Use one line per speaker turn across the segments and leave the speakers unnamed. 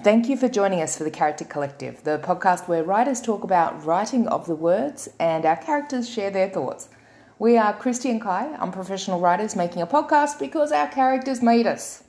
Thank you for joining us for the Character Collective, the podcast where writers talk about writing of the words and our characters share their thoughts. We are Christy and Kai, unprofessional writers making a podcast because our characters made us.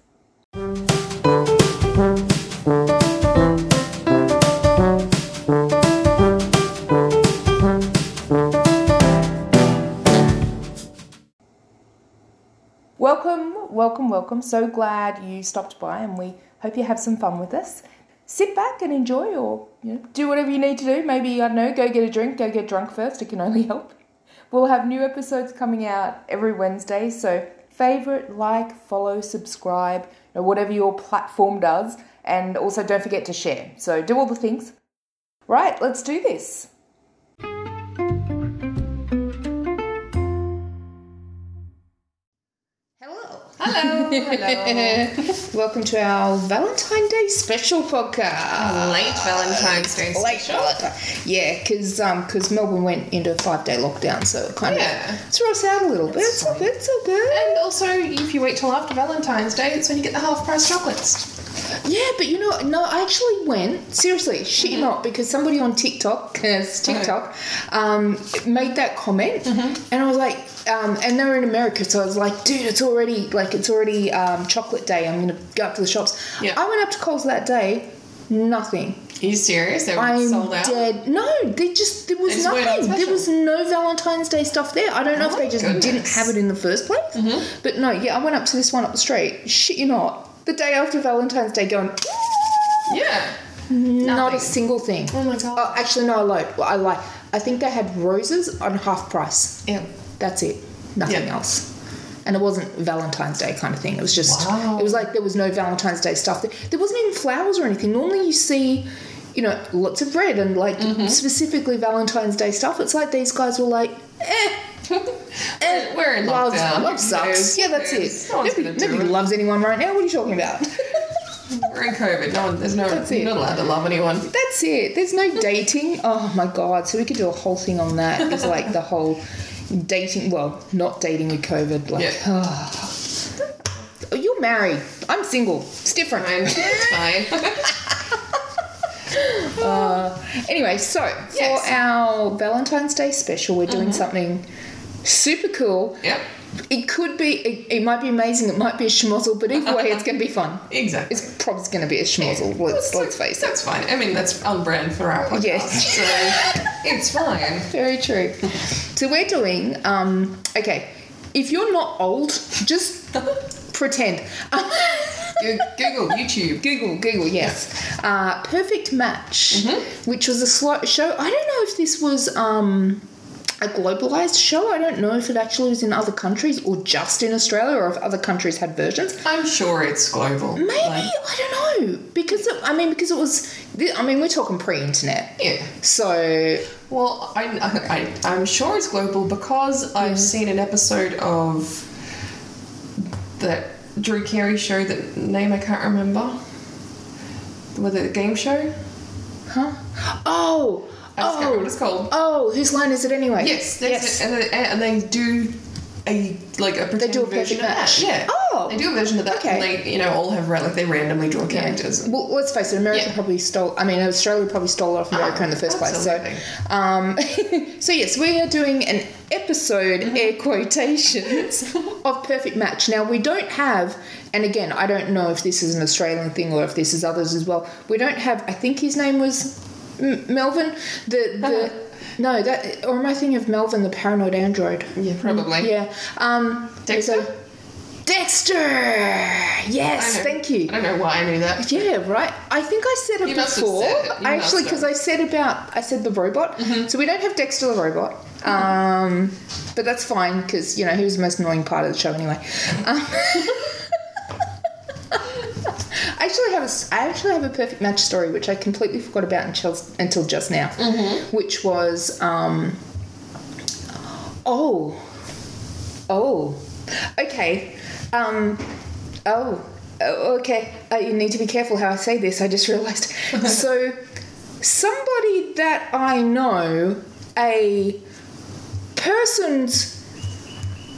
Welcome, welcome, welcome. So glad you stopped by and we hope you have some fun with us. Sit back and enjoy or you know, do whatever you need to do. Maybe, I don't know, go get a drink, go get drunk first. It can only help. We'll have new episodes coming out every Wednesday. So, favorite, like, follow, subscribe, you know, whatever your platform does. And also, don't forget to share. So, do all the things. Right, let's do this.
Hello.
Hello, hello. Welcome to our Valentine's Day special podcast.
Late Valentine's Day.
Late Valentine. Yeah, because Melbourne went into a five day lockdown, so it kind
Yeah.
of threw us out a little bit. It's all good, it's all good.
And also, if you wait till after Valentine's Day, it's when you get the half price chocolates.
Yeah, but you know, no, I actually went. Seriously, shit not, because somebody on TikTok, 'cause TikTok, um, made that comment, and I was like, um, and they were in America, so I was like, dude, it's already like it's already um, chocolate day. I'm gonna go up to the shops.
Yeah.
I went up to Coles that day, nothing.
Are you serious? They're
I'm
sold out.
dead. No, they just there was
They just weren't on
nothing. There
special.
was no Valentine's Day stuff there. I don't know
Oh
if they
my
just
goodness. Mm-hmm.
didn't have it in the first place. But no, yeah, I went up to this one up the street. Shit, you not. The day after Valentine's Day, going
Yeah.
not
Nothing.
a single thing.
Oh my god.
Oh, actually, no, I lied. Well, I lie. I think they had roses on half price.
yeah.
That's it. Nothing
Yeah.
else. And it wasn't Valentine's Day kind of thing. It was just,
Wow.
it was like there was no Valentine's Day stuff. There, there wasn't even flowers or anything. Normally you see, you know, lots of bread and like
Mm-hmm.
specifically Valentine's Day stuff. It's like these guys were like, eh, eh,
We're in
love,
lockdown.
love
There's-
sucks. Yeah, that's
there's-
it.
No one's
nobody
gonna do
nobody
it.
loves anyone right now. What are you talking about?
We're in COVID. No one, there's no,
That's it.
you're not allowed to love anyone.
That's it. There's no dating. Oh my god. So we could do a whole thing on that. It's like the whole dating. Well, not dating with COVID. Like,
Yeah.
oh, you're married. I'm single. It's different.
Fine. It's fine.
Anyway, so
Yes. Mm-hmm.
for our Valentine's Day special, we're doing something super cool.
yep.
It could be. It, it might be amazing. It might be a schmozzle. But either way, it's going to be fun.
Exactly.
It's probably going to be a schmozzle. Let's let's face it.
That's fine. I mean, that's on brand for our podcast.
Yes.
So it's fine.
Very true. so we're doing um okay. If you're not old, just pretend. Um,
Goo- Google, YouTube.
Google, Google, yes. Uh, Perfect Match, which was a slo- show. I don't know if this was um, a globalized show. I don't know if it actually was in other countries or just in Australia or if other countries had versions.
I'm sure it's global.
Maybe
Like,
I don't know because it, I mean because it was. I mean we're talking pre-internet,
yeah.
so
Well, I, I, I'm sure it's global because
Mm-hmm.
I've seen an episode of that Drew Carey show that name I can't remember. Was it a game show?
huh? Oh,
I just can't remember what
oh,
it's called.
Oh, whose line is it anyway?
Yes, that's it. And they, and they do a like a pretend
do a
version
perfect
of
match.
that. Yeah.
Oh.
They do a version of that.
Okay.
And they you know all have ra- like they randomly draw characters.
Well, let's face it, America
Yeah.
probably stole. I mean, Australia probably stole it off America in the first
absolutely.
place. So, um, so yes, we are doing an episode
Mm-hmm.
air quotations of Perfect Match. Now we don't have, and again, I don't know if this is an Australian thing or if this is others as well. We don't have. I think his name was M- Melvin. The
Uh-huh.
the. No, that or am I thinking of Melvin, the paranoid android?
Yeah, probably.
Yeah. Um, there's a- Dexter.
Dexter? I
Yes,
know-
thank you.
I don't know why I knew that.
Yeah, right. I think I said it
You must have
before.
said it. You
I
must
actually, because
have. Mm-hmm.
I said about I said the robot. So we don't have Dexter the robot, um, but that's fine because you know he was the most annoying part of the show anyway. Um, I actually have a s I actually have a perfect match story which I completely forgot about until until just now,
Mm-hmm.
which was um, oh oh okay um oh oh, okay uh, you need to be careful how i say this i just realized so somebody that i know a person's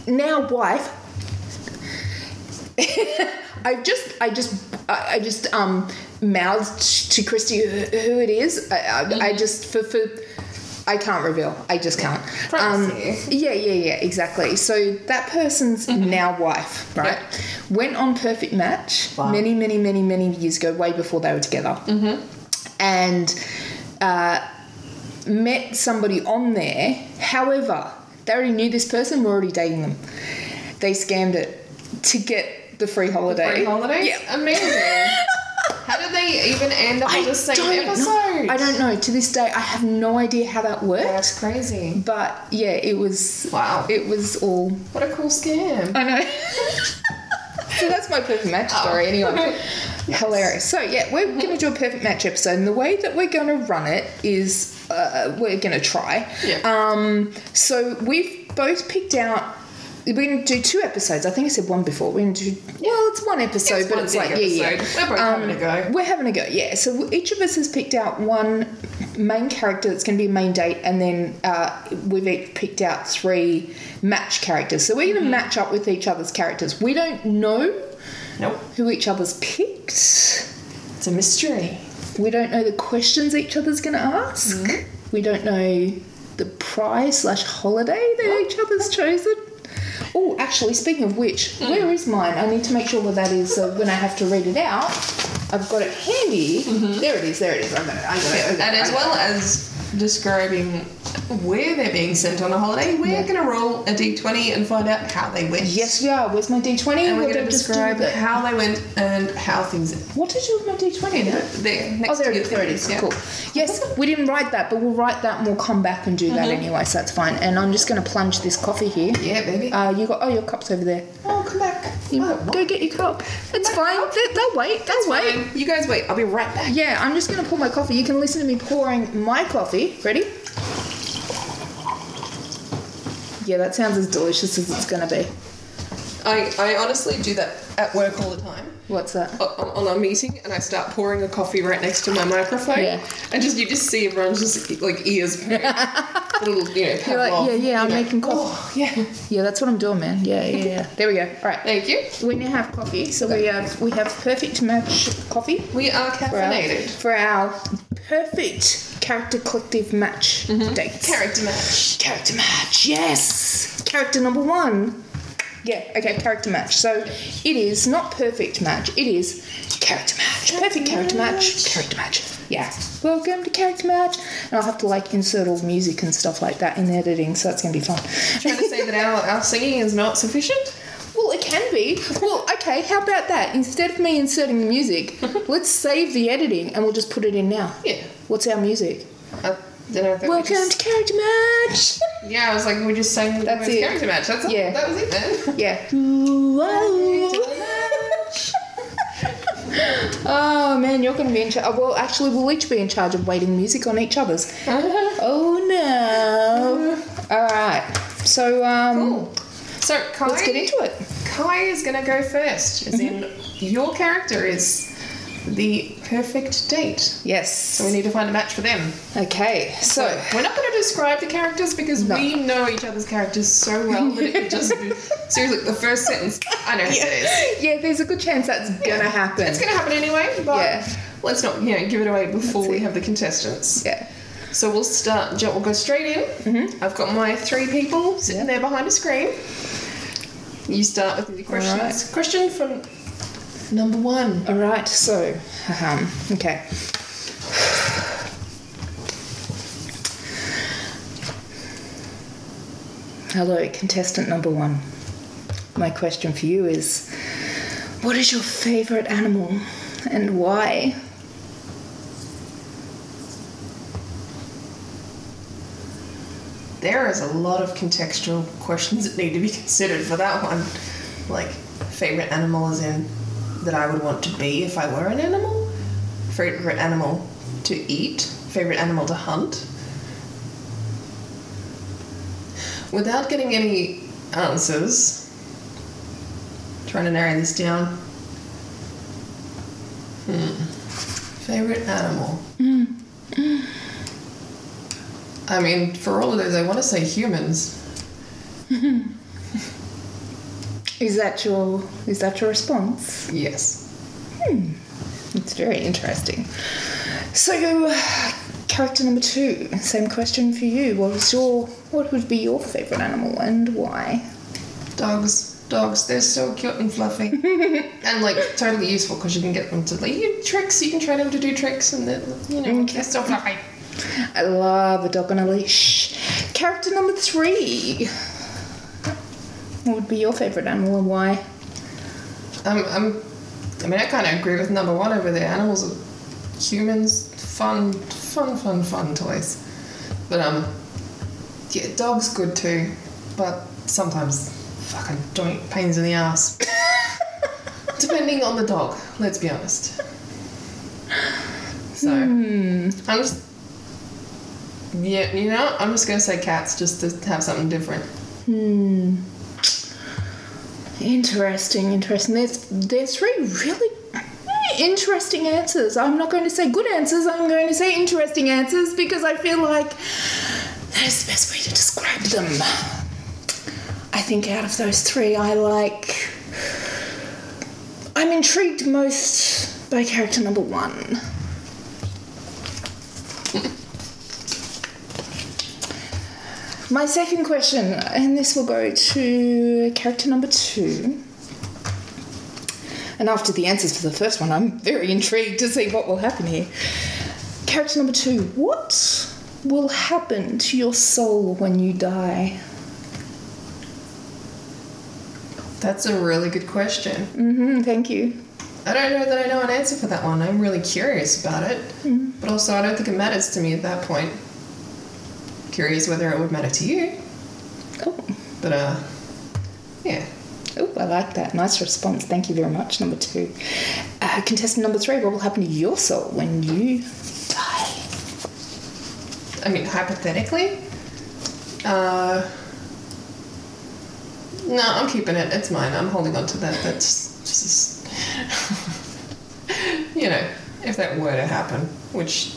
now wife I just I just I I just um mouthed to Christy who who it is. I, I, I just for for I can't reveal. I just can't. Um,
Privacy.
yeah, yeah, yeah, exactly. So that person's now wife, right? Went on Perfect Match
Wow.
many, many, many, many years ago, way before they were together, and uh, met somebody on there. However, they already knew this person. Were already dating them. They scammed it to get the free holiday.
Free holidays?
Yeah.
Amazing. How did they even end up on the same episode?
Know. I don't know. To this day, I have no idea how that worked.
That's crazy.
But yeah, it was.
Wow.
It was all.
What a cool scam.
I know. so that's my perfect match
Oh.
story, anyway. Hilarious. So yeah, we're going to do a perfect match episode, and the way that we're going to run it is uh, we're going to try.
Yeah.
Um. So we've both picked out. We're going to do two episodes. I think I said one before. We're going to do. Well, it's one episode,
It's
but
one
it's
big
like yeah, yeah.
episode. We're both having a go.
We're having a go, yeah. So each of us has picked out one main character that's going to be a main date, and then uh, we've each picked out three match characters. So we're
Mm-hmm.
going to match up with each other's characters. We don't know
Nope.
who each other's picked.
It's a mystery.
We don't know the questions each other's going to ask.
Mm.
We don't know the prize slash holiday that each other's chosen. Oh, actually, speaking of which,
Hmm.
where is mine? I need to make sure what that is so when I have to read it out. I've got it handy.
Mm-hmm.
There it is. There it is. I got it. I got it. I got it.
And as
I got
well as describing where they're being sent on a holiday, we're
Yeah.
going to roll a d20 and find out how they went.
it. Yes, we are. Where's my D20?
And we're
What
going to
did I just do
describe
with it?
how they went and how things
What did you do with my D20?
ended. There, next
Oh, there
to
it is.
your
There it
thing.
is.
Yeah.
Cool. Yes, we didn't write that, but we'll write that and we'll come back and do that anyway, so that's fine. And I'm just going to plunge this coffee here.
Yeah, baby.
Uh, you got, oh, your cup's over there.
oh, come back.
You-
Oh, what?
go get your cup. It's fine. They, they'll wait. They'll wait.
Fine. You guys wait. I'll be right back.
Yeah, I'm just going to pour my coffee. You can listen to me pouring my coffee. Ready? Yeah, that sounds as delicious as it's going to be.
I, I honestly do that at work all the time.
What's that?
o- On, on a meeting, and I start pouring a coffee right next to my microphone,
Yeah.
and just you just see everyone's just like ears, move. little you know,
You're like,
Pavlov,
yeah, yeah, I'm
you know,
making coffee.
Oh, yeah,
Yeah, that's what I'm doing, man. Yeah, yeah, yeah. There we go. All right.
thank you.
We now have coffee, so we have we have perfect match coffee
We are
for our,
caffeinated.
for our perfect character collective match dates.
Character match.
Mm-hmm. Character match, yes! Character number one. Yeah, okay, character match. So it is not perfect match, it is character match. Perfect character match, character match. Yeah. Welcome to character match. And I'll have to like insert all music and stuff like that in the editing, so that's gonna be fun.
Trying to say that our, our singing is not sufficient.
Well, it can be. Well, okay, how about that? Instead of me inserting the music, let's save the editing and we'll just put it in now.
Yeah.
What's our music?
I don't know. if that we
Welcome
just-
to Character Match!
yeah, I was like, we just sang the
That's
words
it.
character match. That's
Yeah.
it. That was it then.
yeah. oh man, you're going to be in charge. Well, actually, we'll each be in charge of waiting music on each other's. oh no. Alright, so um,
Cool. So Kai,
let's get into it.
Kai is gonna go first. As in, your character is the perfect date. So
Yes.
we need to find a match for them.
Okay, so.
We're not going to describe the characters because
No.
we know each other's characters so well that it would just be, seriously the first sentence. I know who it is.
Yeah, there's a good chance that's gonna happen.
It's going to happen anyway, but
Yeah.
let's not you know give it away before
That's
we
it.
have the contestants.
Yeah.
So we'll start. Jo- We'll go straight in. I've got my three people sitting
Yeah.
there behind a screen. You start with the questions.
right.
Question from number one.
All right. So, um, okay. Hello, contestant number one. My question for you is what is your favourite animal and why?
There is a lot of contextual questions that need to be considered for that one. Like, favourite animal is in that I would want to be if I were an animal, favourite animal to eat, favourite animal to hunt. Without getting any answers, trying to narrow this down. Hmm. Favourite animal. I mean, for all of those, I want to say humans.
Is that your is that your response?
Yes.
It's very interesting. So, character number two, same question for you. What was your, what would be your favourite animal and why?
Dogs. Dogs, they're so cute and fluffy, and like totally useful because you can get them to like you tricks. You can train them to do tricks, and they're you know they're so fluffy.
I love a dog on a leash. Character number three. What would be your favourite animal and why?
I'm, I'm, I mean, I kind of agree with number one over there. Animals are humans, fun, fun, fun, fun toys. But um, yeah, dogs good too, but sometimes fucking joint pains in the ass. Depending on the dog, let's be honest. So I'm just, yeah, you know, I'm just gonna say cats just to have something different.
Hmm. Interesting, interesting. There's there's three really interesting answers. I'm not going to say good answers. I'm going to say interesting answers because I feel like that is the best way to describe them. I think out of those three, I like. I'm intrigued most by character number one. My second question, and this will go to character number two. And after the answers for the first one, I'm very intrigued to see what will happen here. Character number two, what will happen to your soul when you die?
That's a really good question.
hmm thank you.
I don't know that I know an answer for that one. I'm really curious about it, but also I don't think it matters to me at that point. Curious whether it would matter to you,
Oh,
but uh, yeah.
oh, I like that. Nice response. Thank you very much, number two. Uh, contestant number three, what will happen to your soul when you die?
I mean, hypothetically, uh, no, I'm keeping it. It's mine. I'm holding on to that. That's just, you know, if that were to happen, which,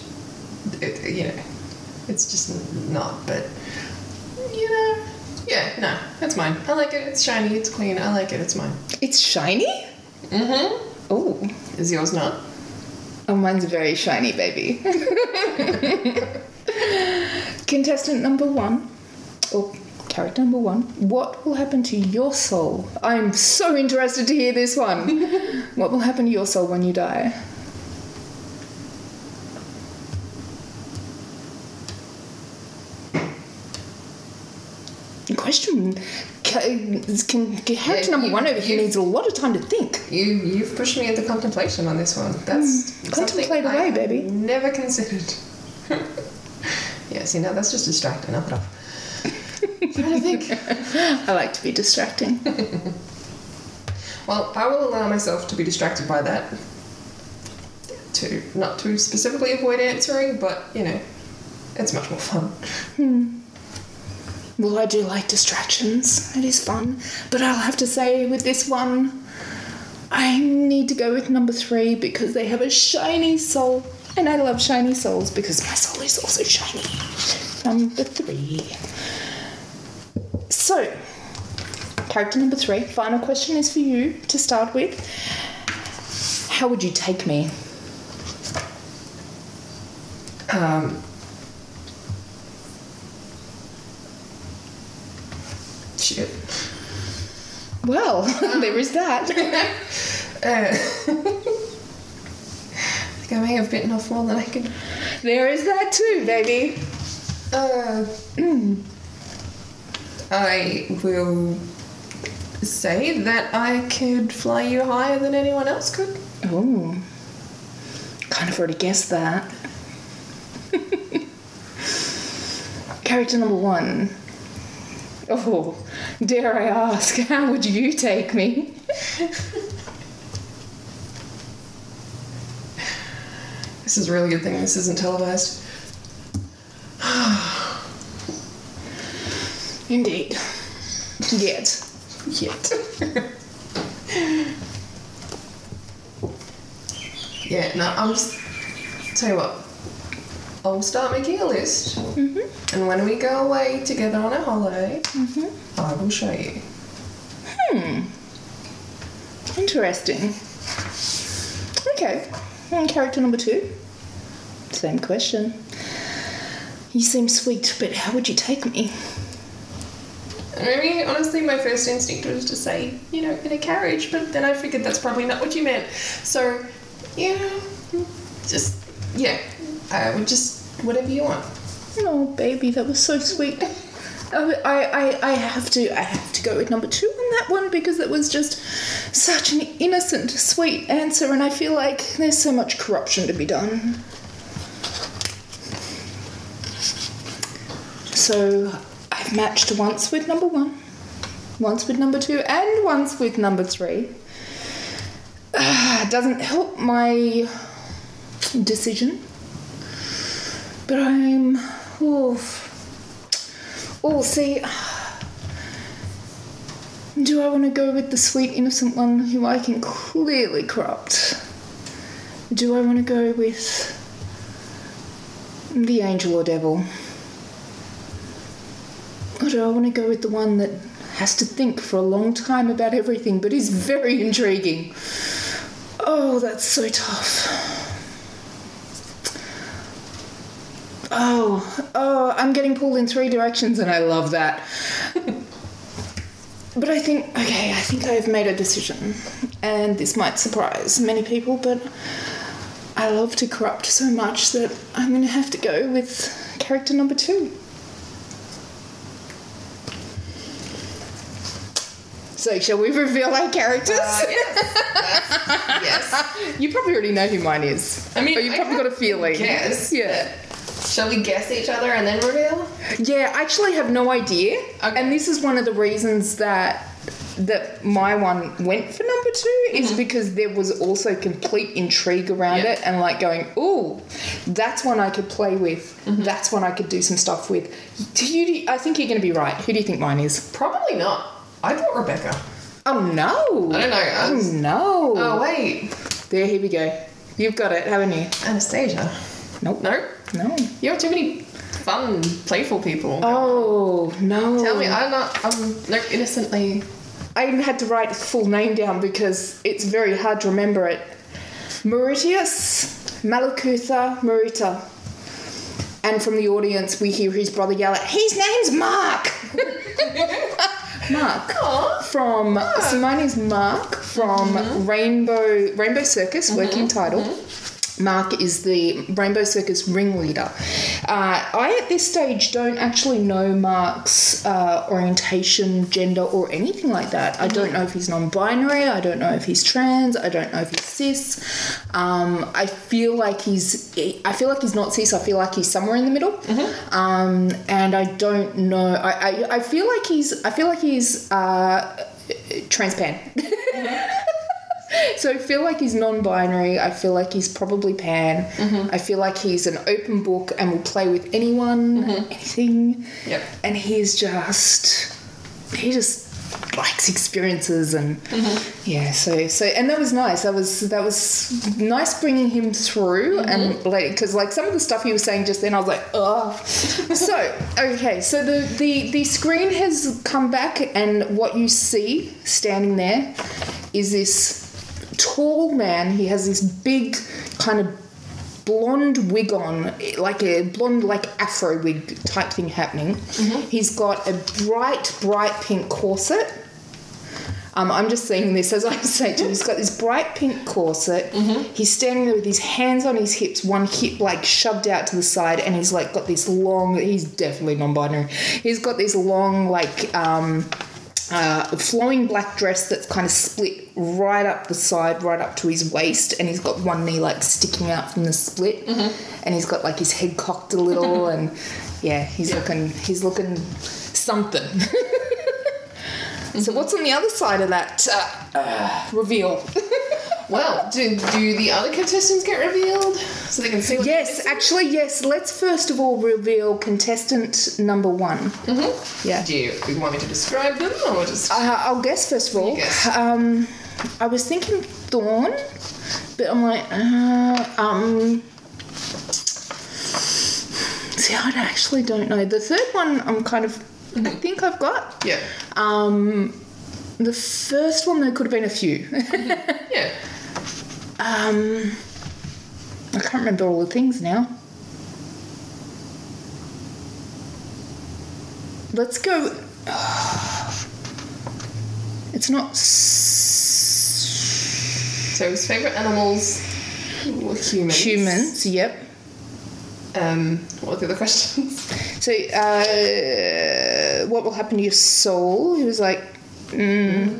it, you know, it's just not, but, you know, yeah, no, that's mine. I like it. It's shiny. It's clean. I like it. It's mine.
It's shiny?
Mm
Oh,
hmm. Is yours not?
Oh, mine's very shiny, baby. Contestant number one, or character number one, what will happen to your soul? I'm so interested to hear this one. what will happen to your soul when you die? Question. Ca- can, character
Yeah,
number
you-
one over here
you-
needs a lot of time to think.
You you've pushed me into contemplation on this one. That's something
Hmm. Contemplate away,
I
baby.
Never considered. yeah, see now that's just distracting. Knock it off. trying to think.
I like to be distracting.
Well, I will allow myself to be distracted by that. To not to specifically avoid answering, but you know, it's much more fun.
Well, I do like distractions. It is fun. But I'll have to say, with this one, I need to go with number three because they have a shiny soul. And I love shiny souls because my soul is also shiny. Number three. So, character number three, final question is for you to start with. How would you take me?
Um, shit.
Well, there is that.
Uh, I think I may have bitten off more than I can.
There is that too, baby.
Uh, I will say that I could fly you higher than anyone else could.
Oh. Kind of already guessed that. Character number one. Oh, dare I ask, how would you take me?
This is a really good thing. This isn't televised.
Indeed. Yet.
Yet. yeah, no, I'm just. Tell you what. I'll start making a list. And when we go away together on a holiday, I will show you.
Interesting. Okay. And character number two. Same question. You seem sweet, but how would you take me?
I mean, honestly, my first instinct was to say, you know, in a carriage, but then I figured that's probably not what you meant. So, you know, just, yeah, I would just, whatever you want.
Oh, baby, that was so sweet. Oh, I, I, I have to I have to go with number two on that one because it was just such an innocent, sweet answer, and I feel like there's so much corruption to be done. So I've matched once with number one, once with number two, and once with number three. Ah, doesn't help my decision, but I'm. Oof. Oh, see, do I want to go with the sweet, innocent one who I can clearly corrupt? Do I want to go with the angel or devil? Or do I want to go with the one that has to think for a long time about everything but is very intriguing? Oh, that's so tough. Oh, oh, I'm getting pulled in three directions and I love that. but I think, okay, I think I've made a decision. And this might surprise many people, but I love to corrupt so much that I'm going to have to go with character number two. So, shall we reveal our characters?
Uh, Yes.
you probably already know who mine is.
I mean,
or you
I
probably got a feeling.
guess.
Yeah.
Shall we guess each other and then reveal?
Yeah, I actually have no idea.
Okay.
And this is one of the reasons that that my one went for number two is because there was also complete intrigue around
Mm-hmm. Yeah.
it and like going, ooh, that's one I could play with.
Mm-hmm.
That's one I could do some stuff with. Do you? do you- I think you're going to be right. Who do you think mine is?
Probably not. I thought Rebecca.
Oh no!
I don't know. I
Oh
was-
no!
Oh, wait.
There, here we go. You've got it, haven't you?
Anastasia.
Nope.
No?
No.
You have too many fun, playful people.
Oh no!
Tell me, I'm not, I'm no, innocently.
I had to write his full name down because it's very hard to remember it. Mauritius Malakutha Marita. And from the audience, we hear his brother yell out, His name's Mark! Mark.
Aw.
From, so my name's Mark from Rainbow Rainbow Circus, working title. Mark is the Rainbow Circus ringleader. Uh, I, at this stage, don't actually know Mark's uh, orientation, gender, or anything like that. I don't know if he's non binary, I don't know if he's trans, I don't know if he's cis. Um, I feel like he's, I feel like he's not cis, I feel like he's somewhere in the middle. Um, and I don't know, I, I, I feel like he's, I feel like he's uh, transparent. So I feel like he's non-binary. I feel like he's probably pan. I feel like he's an open book and will play with anyone, anything.
Yep.
And he's just he just likes experiences and yeah. So so and that was nice. That was that was nice bringing him through and like because like some of the stuff he was saying just then, I was like, oh. so okay. So the the the screen has come back and what you see standing there is this tall man. He has this big kind of blonde wig on, like a blonde, like afro wig type thing happening. He's got a bright, bright pink corset. Um, I'm just seeing this as I say to you. He's got this bright pink corset. He's standing there with his hands on his hips, one hip like shoved out to the side, and he's like got this long. He's definitely non-binary. He's got this long like um, uh, flowing black dress that's kind of split right up the side, right up to his waist, and he's got one knee like sticking out from the split, and he's got like his head cocked a little, and yeah, he's looking he's looking something. So what's on the other side of that uh, uh, reveal?
Well, do, do the other contestants get revealed so they can see what
yes, actually, yes. Let's first of all reveal contestant number one. Mm-hmm. Yeah.
Do you want me to describe them or just?
Uh, I'll guess first of all.
guess.
Um, I was thinking Thorn, but I'm like, uh, um. See, I actually don't know. The third one, I'm kind of. I think I've got.
Yeah.
Um, the first one, there could have been a few.
Yeah.
Um, can't remember all the things now. Let's go. It's not. s-
So his favourite animals were humans.
Humans, yep.
Um, what were the other questions?
So, uh, what will happen to your soul? He was like, mm,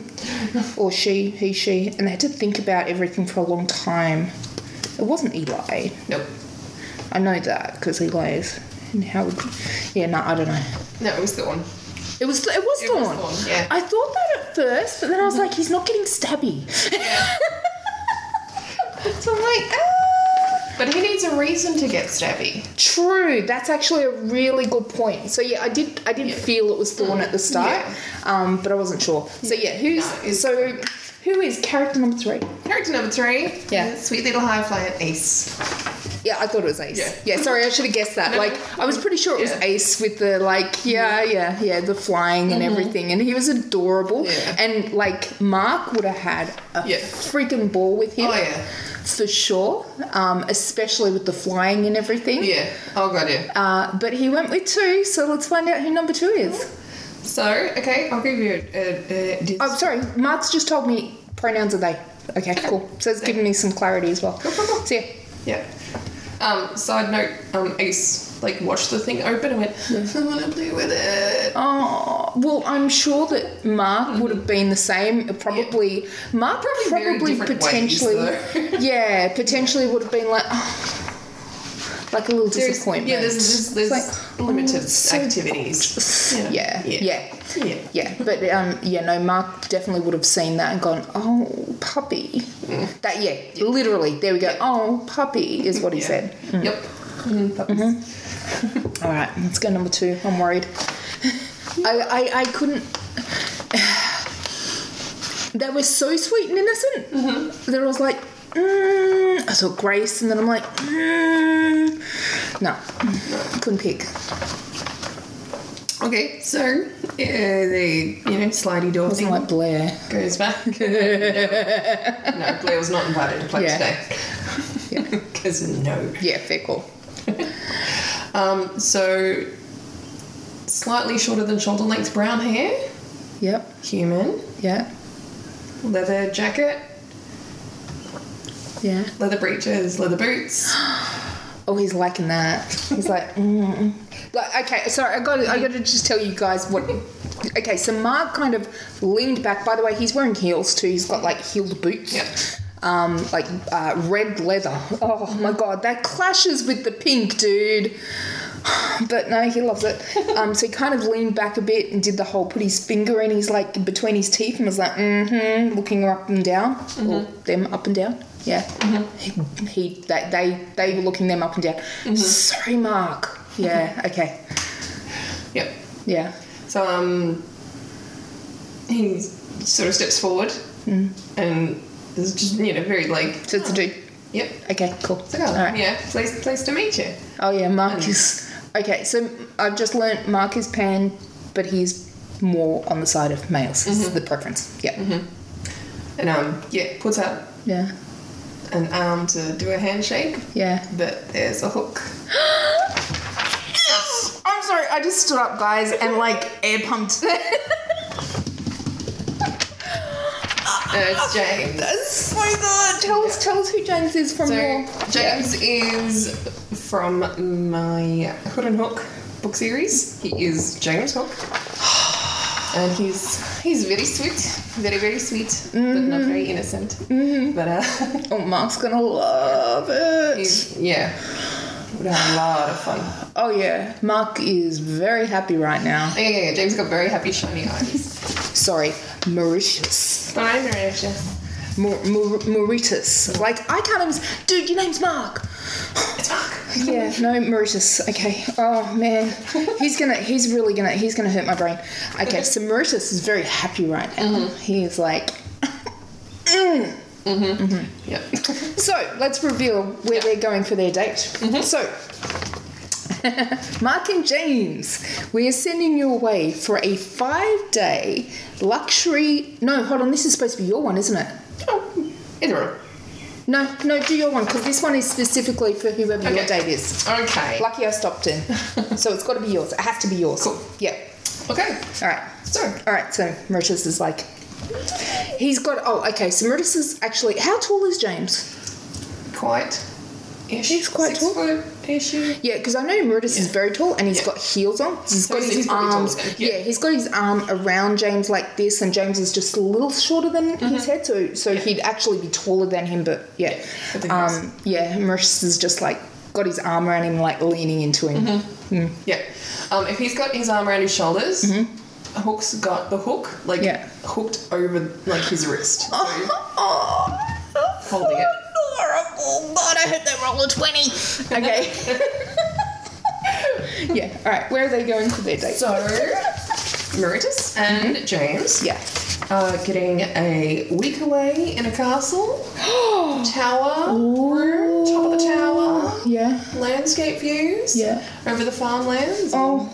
or she, he, she, and they had to think about everything for a long time. It wasn't Eli.
Nope.
I know that because Eli is. And how would? Yeah, no, I don't know.
No, it was the one.
It was. It was
It was
Dawn.
Dawn, yeah.
I thought that at first, but then I was like, he's not getting stabby. so I'm like, ah.
But he needs a reason to get stabby.
True. That's actually a really good point. So yeah, I did. I did feel it was Thorn at the start,
Mm. Yeah.
um, but I wasn't sure. So yeah, who's
No, it's-
so who is character number three?
Character number three.
Yeah.
Sweet little high flyer Ace.
Yeah, I thought it was Ace.
Yeah.
sorry, I should have guessed that.
No, no.
like, I was pretty sure it was
Yeah.
Ace with the like, yeah, yeah, yeah, the flying and everything, and he was adorable.
Mm-hmm. Yeah.
And like, Mark would have had a
Yeah.
freaking ball with him.
Oh, yeah.
for sure. Um, especially with the flying and everything.
Yeah. Oh god, yeah.
Uh, but he went with two, so let's find out who number two is.
So okay, I'll give you a. a, a dis-
Oh, sorry. Mark's just told me pronouns are they. Okay, cool. So it's given me some clarity as well.
cool.
So yeah,
Yeah. Um, side note, um, Ace like watched the thing open and went, I want to play with it.
Oh, well, I'm sure that Mark would have been the same. Probably, Mark
Probably very
probably,
different
potentially,
ways, though.
yeah, potentially would have been like, oh, like a little
There's-
disappointment.
Yeah, there's, there's, there's
It's like,
limited
oh, it's so
activities.
gross. Yeah, yeah, yeah.
Yeah. yeah.
but um, yeah, no. Mark definitely would have seen that and gone, "Oh, puppy."
Mm.
That yeah, literally. There we go. Oh, puppy is what he
Yeah.
said. Mm-hmm.
Yep. Mm-hmm.
All right, let's go number two. I'm worried. I, I, I couldn't. They were so sweet and innocent. There was like, mm, I saw Grace, and then I'm like, mm, no, couldn't pick.
Okay, so uh, the you know slidey door
Wasn't
thing
like Blair.
goes back. no, Blair was not invited to play
Yeah.
today. Because no.
Yeah, fair call.
Um, so slightly shorter than shoulder length brown hair,
Yep,
human,
yeah,
leather jacket,
yeah.
leather breeches, leather boots.
Oh, he's liking that. He's like, mm. like okay, sorry, I got, to I got to just tell you guys what. Okay, so Mark kind of leaned back. By the way, he's wearing heels too. He's got like heeled boots.
Yeah.
Um, like uh, red leather. Oh my god, that clashes with the pink, dude. But no, he loves it. Um, so he kind of leaned back a bit and did the whole put his finger in his like between his teeth and was like, mm-hmm, looking her up and down, or them up and down. Yeah, he, he that they they were looking them up and down. Sorry, Mark. Yeah, okay,
Yep.
yeah,
So um, he sort of steps forward
Mm.
and is just you know very like
so it's a dude.
yep.
Okay, cool.
So,
All right.
Yeah, pleased, pleased to meet you.
Oh yeah, Mark is okay. So I've just learnt Mark is pan, but he's more on the side of males. Is the preference. Yeah,
And um, yeah, puts out
yeah,
an arm to do a handshake,
yeah.
but there's a hook.
I'm sorry, I just stood up, guys, and like air pumped.
Uh, And it's James.
That's so good. Tell us, tell us who James is from
So
your.
James is from my Hood and Hook book series. He is James Hook. And he's he's very sweet, very very sweet, but not
Mm-hmm.
very innocent. But uh,
Oh, Mark's gonna love it.
he's yeah, would have a lot of fun.
Oh yeah, Mark is very happy right now.
Yeah, yeah, yeah. James got very happy shiny eyes.
Sorry, Mauritius,
Fine, Marisha.
Maur- Maur- Mauritius. Like I can't even. Dude, your name's Mark.
It's Mark.
Yeah, no, Mauritius. Okay. Oh man, he's gonna. He's really gonna. He's gonna hurt my brain. Okay, so Mauritius is very happy right now.
Mm-hmm.
He is like. "Mm."
Yep.
So let's reveal where they're going for their date.
Mm-hmm.
So. Mark and James, we are sending you away for a five day luxury. No, hold on, this is supposed to be your one, isn't it?
Oh, either or.
No, no, do your one because this one is specifically for whoever your
Okay.
date is.
Okay.
Lucky I stopped in. so it's got to be yours. It has to be yours.
Cool.
Yeah.
Okay.
All right.
So
All right. So Meritus is like, he's got. Oh, okay. So Meritus is actually. How tall is James?
quite. Ish.
He's quite
Six
tall.
Foot ish.
Yeah, because I know Meritus is very tall and he's
Yeah.
got heels on. He's
So
got
he's
his
probably taller
arms.
than-
Yeah.
yeah.
he's got his arm around James like this, and James is just a little shorter than his
Mm-hmm.
head, so so he'd actually be taller than him. But yeah,
with the heels.
um, yeah, Meritus is just like got his arm around him, like leaning into him.
Mm-hmm. Yeah. Um, if he's got his arm around his shoulders, Hook's got the hook, like
Mm-hmm. Yeah.
hooked over like his wrist. So
Oh,
Holding it.
Horrible. God, I hope they roll a 20. Okay. yeah, all right. Where are they going for their date?
So, Meritus and James
Mm-hmm. yeah.
are getting a week away in a castle, tower, room, top of the tower,
Yeah.
landscape views
Yeah.
over the farmlands.
Oh.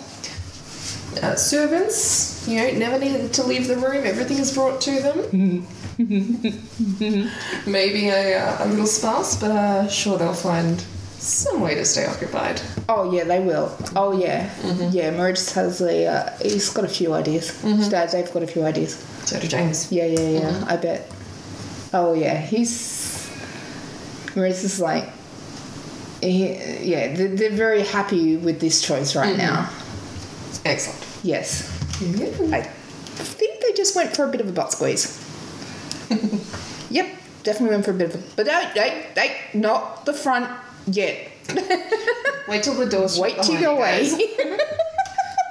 Uh, servants, you know, never needed to leave the room. Everything is brought to them. Maybe a, uh, a little sparse, but uh, sure they'll find some way to stay occupied.
Oh, yeah, they will. Oh, yeah. Yeah, Meritus has a, uh, he's got a few ideas. Dad, they've got a few ideas.
So do James.
Yeah, yeah, yeah. I bet. Oh yeah, he's. Maurice is like. He, yeah, they're, they're very happy with this choice right now.
Excellent.
Yes, I think they just went for a bit of a butt squeeze. yep, definitely went for a bit of a. But no, no, no, not the front yet.
Wait till the door's shut
Wait till
behind
you're
you guys.
away.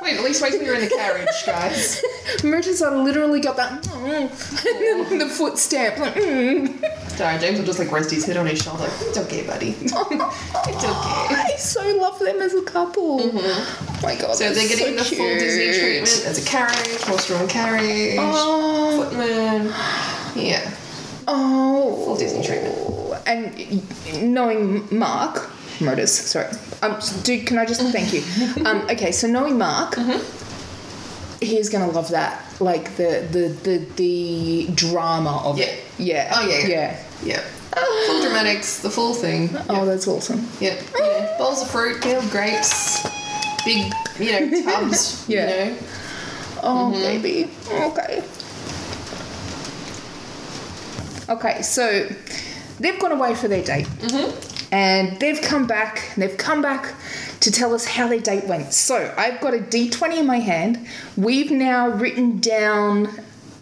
Wait, at least wait till you're in the carriage, guys.
Maurice, I literally got that. and then the foot stamp. Like, mm.
Sorry, James will just like rest his head on his shoulder. It's okay, buddy. it's Oh, okay.
Oh,
Mm-hmm.
I so love them as a couple. Oh my god.
So they're
that's
getting the
so
full Disney
cute.
treatment as a carriage, horse-drawn carriage,
Oh,
footman. Yeah.
oh.
Full Disney treatment.
And knowing Mark, Murders, sorry. Um, dude, can I just thank you? Um, okay, so knowing Mark,
Mm-hmm.
he's gonna love that. Like the the the, the drama of it. Yeah.
Oh, yeah, yeah.
Yeah.
Yeah. Full dramatics, the full thing.
Oh, that's awesome.
Yeah. yeah. Bowls of fruit, peeled grapes, big, you know, tubs.
Yeah.
You know.
Oh,
Mm-hmm.
baby. Okay. Okay, so they've gone away for their date.
Mm-hmm.
And they've come back, they've come back to tell us how their date went. So I've got a D20 in my hand. We've now written down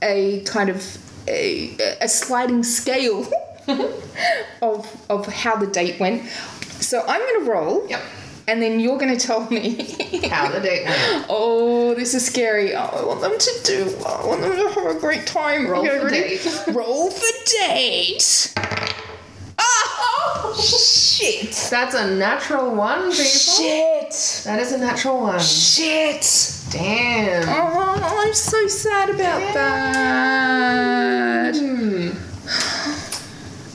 a kind of a, a sliding scale
Mm-hmm.
of, of how the date went. So I'm going to roll.
Yep.
And then you're going to tell me
How the date went.
Oh, this is scary. Oh, I want them to do. oh, I want them to have a great time.
Roll for
ready?
date.
Roll for date. Oh, shit!
That's a natural one, people.
Shit!
That is a natural one.
Shit!
Damn.
Oh, I'm so sad about that.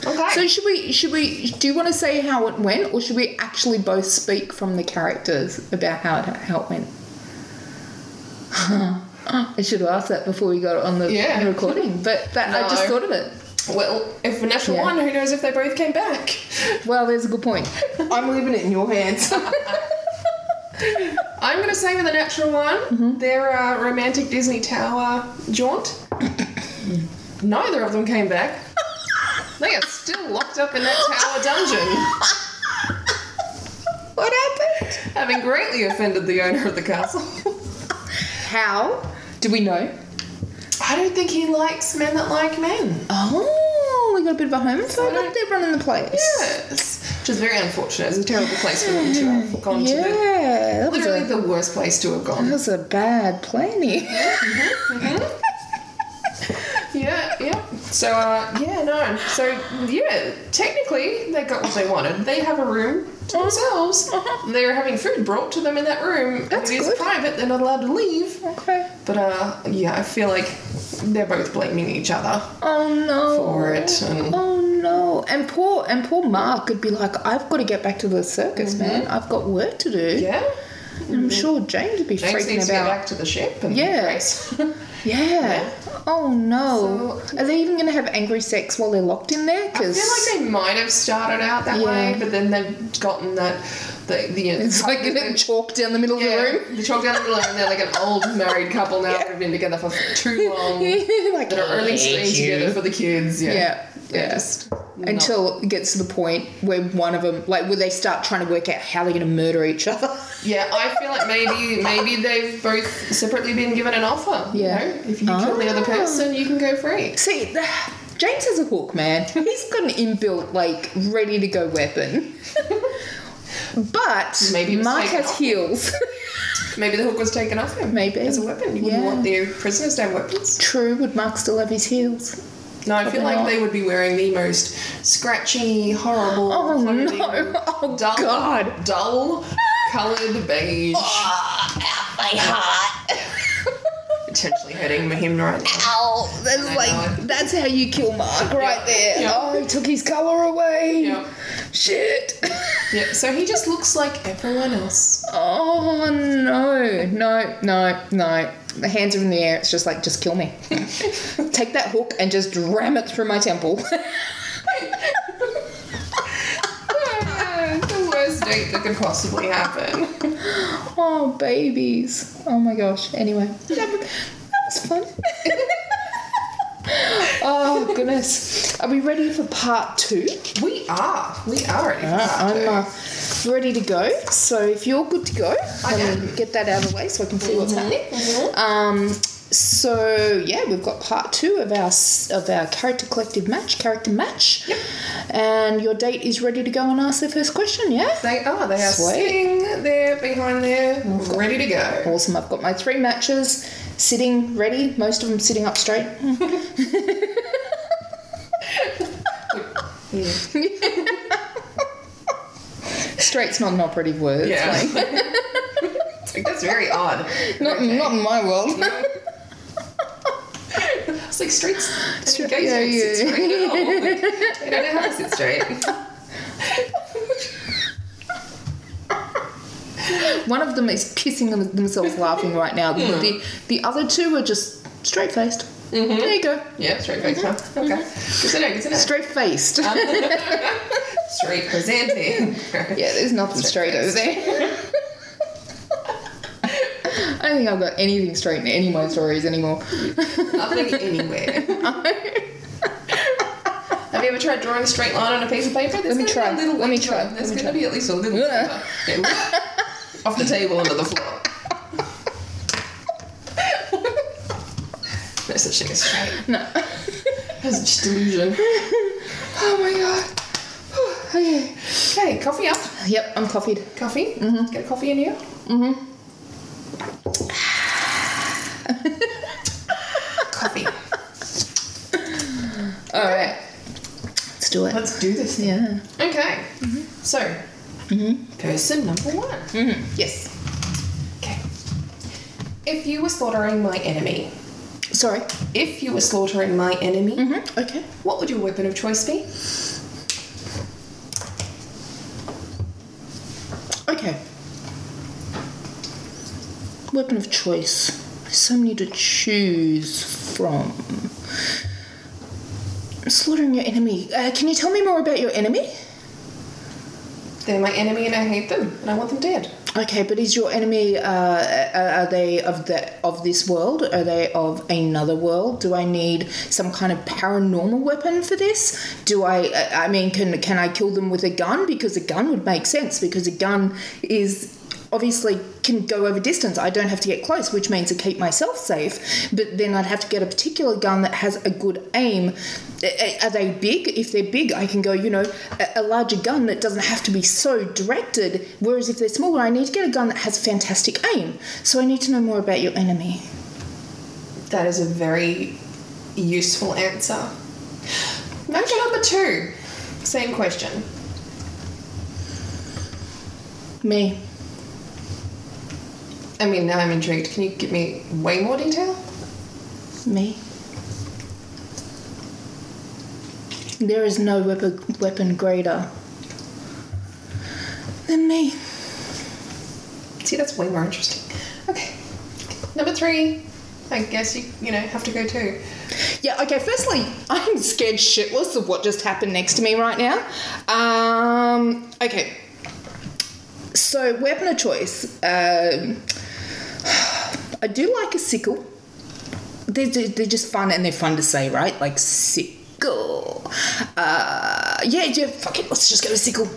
Okay.
So should we? Should we? Do you want to say how it went, or should we actually both speak from the characters about how it how it went? I should have asked that before we got on the
Yeah.
recording, but that I just
No.
thought of it.
well, if a natural
Yeah.
one, who knows if they both came back?
Well, there's a good point. I'm leaving it in your hands.
I'm gonna say with a natural one, their uh, romantic Disney Tower jaunt. Neither of them came back. They are still locked up in that tower dungeon,
what happened?
having greatly offended the owner of the castle.
How? Do we know?
I don't think he likes men that like men.
Oh, we got a bit of a home
I
phone
don't-
up there running the place.
Yes. Which is very unfortunate. It's a terrible place for them to have gone
Yeah,
to. The,
that, was
literally
a,
the worst place to have
that
gone.
was a bad planning.
Yeah, yeah. So, uh, yeah, no. So, yeah, technically, they got what they wanted. They have a room
Mm-hmm.
to themselves.
Uh-huh.
They're having food brought to them in that room.
That's
it is
good.
private. They're not allowed to leave.
okay.
But, uh, yeah, I feel like they're both blaming each other.
Oh no.
For it and-
Oh no. And poor and poor Mark could be like, I've got to get back to the circus, man. I've got work to do.
Mm-hmm. Yeah?
I'm sure James would be
James
freaking
needs to get
about.
back to the ship and
Yeah.
race.
Yeah. Oh no. Are they even going to have angry sex while they're locked in there?
I feel
Because
like they might have started out that
Yeah.
way, but then they've gotten that the the
it's like getting chalk down the middle
yeah,
of the room.
They chalk down the middle, and they're like an old married couple now. They've been together for too long.
like
That are only staying together for the kids. Yeah,
Yeah,
They're
yeah.
Just not-
until it gets to the point where one of them, like, where they start trying to work out how they're going to murder each other.
yeah, I feel like maybe maybe they've both separately been given an offer. you
Yeah.
know? if you kill the other
Ah.
person, you can go free.
See, the, James is a hook, man. He's got an inbuilt, like, ready to go weapon. But
Maybe it was
Mark
taken
has
off.
heels.
Maybe the hook was taken off him.
Maybe.
as a weapon. You wouldn't
Yeah.
want their prisoners to have weapons.
True, would Mark still have his heels?
No, I feel
Probably
like
not.
they would be wearing the most scratchy, horrible.
Oh,
clothing.
no. Oh,
dull,
God. Oh,
Dull, coloured beige.
my heart.
Potentially hurting him right now.
Ow. Oh, That's
I
like,
know.
that's how you kill Mark right
Yeah.
there.
Yeah.
Oh, he took his colour away.
Yeah.
Shit.
Yeah, so he just looks like everyone else.
Oh no, no, no, no. The hands are in the air. It's just like, just kill me. Take that hook and just ram it through my temple.
the worst date that could possibly happen.
oh, babies. Oh my gosh. Anyway, that, was- that was fun. oh, goodness. Are we ready for part two?
We are. We are ready for part
I'm
two.
uh, ready to go. So if you're good to go,
I
let me
am. Mm-hmm.
get that out of the way so I can see what's happening. Um, so yeah, we've got part two of our s- of our character collective match, character match,
Yep.
and your date is ready to go and ask their first question. Yeah,
They are. They are
Sweet. Mm-hmm.
sitting there behind there, ready to go.
awesome. I've got my three matches sitting ready. Most of them sitting up straight.
Yeah.
Straight's not an operative word.
Yeah.
It's like-
It's like, that's very odd.
not not in my world.
It's like streets.
Straight-
gays don't
yeah, yeah.
sit straight at all. They don't know how to sit straight.
One of them is kissing them- themselves laughing right now. The the other two are just straight faced. There you go.
Yeah, straight face. huh?
Mm-hmm.
Okay. Good to know. Good to know.
Straight faced.
Straight presenting.
yeah, there's nothing straight, over there. I don't think I've got anything straight in any of my stories anymore.
Nothing anywhere. Have you ever tried drawing a straight line on a piece of paper? There's
Let me
gonna
try.
Be a little
Let me
bit of-
try.
There's
Let me
going to be at least a little bit
Yeah.
of- okay, whoop. off the table onto the floor. no such thing as straight.
No.
That's just delusion.
Oh my god. okay.
Okay, coffee up.
Yep, I'm coffeed.
Coffee. Mm-hmm. Get a coffee in here. Mm-hmm. coffee.
All right. Let's do it.
Let's do this.
Yeah.
Okay.
Mm-hmm.
So, person number one.
Yes.
Okay. If you were slaughtering my enemy,
Sorry.
if you were slaughtering my enemy,
Mm-hmm. Okay.
what would your weapon of choice be?
Okay. Weapon of choice. There's so many to choose from. Slaughtering your enemy. Uh, can you tell me more about your enemy?
They're my enemy and I hate them and I want them dead.
Okay, but is your enemy? Uh, are are they of the of this world? Are they of another world? Do I need some kind of paranormal weapon for this? Do I? I- I mean, can can I kill them with a gun? Because a gun would make sense. Because a gun is obviously can go over distance. I don't have to get close, which means to keep myself safe. But then I'd have to get a particular gun that has a good aim. A- a- Are they big? If they're big, I can go, you know, a- a larger gun that doesn't have to be so directed. Whereas if they're smaller, I need to get a gun that has fantastic aim. So I need to know more about your enemy.
That is a very useful answer. Match number two. Same question.
Me.
I mean, now I'm intrigued. Can you give me way more detail?
Me. There is no weapon, weapon greater than me.
See, that's way more interesting. Okay. Number three. I guess you you know have to go too.
Yeah, okay, firstly, I'm scared shitless of what just happened next to me right now. Um, okay. So, weapon of choice. Um, I do like a sickle. They're, they're they're just fun and they're fun to say, right? Like, sickle. Uh, yeah, yeah, fuck it, let's just go to sickle.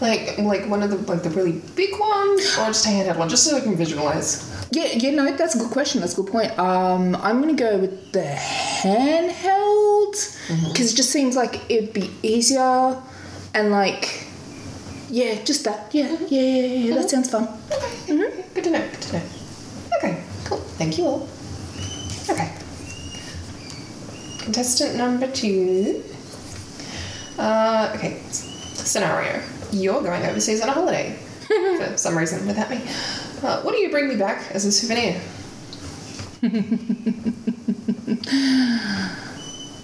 Like like one of the like the really big ones or just a handheld one, just so I can visualize.
Yeah, you know, that's a good question. That's a good point. Um, I'm going to go with the handheld because it just seems like it'd be easier and like, yeah, just that. Yeah, yeah, yeah, yeah, yeah, that sounds fun.
Okay. Good to know. Good to know. Okay. Cool. Thank you all. Okay. Contestant number two. Uh, okay. s- Scenario: You're going overseas on a holiday for some reason without me. Uh, what do you bring me back as a souvenir?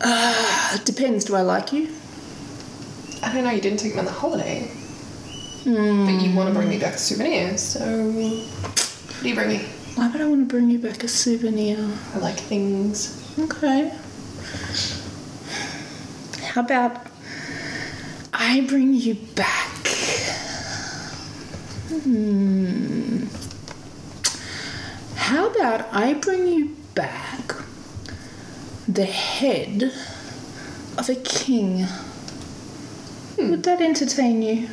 Uh, it depends. Do I like you?
I don't know. You didn't take me on the holiday,
Hmm,
but you want to bring me back a souvenir. So, what do you bring me?
Why would I want to bring you back a souvenir?
I like things.
Okay. How about I bring you back? Hmm. How about I bring you back the head of a king? Would that entertain you?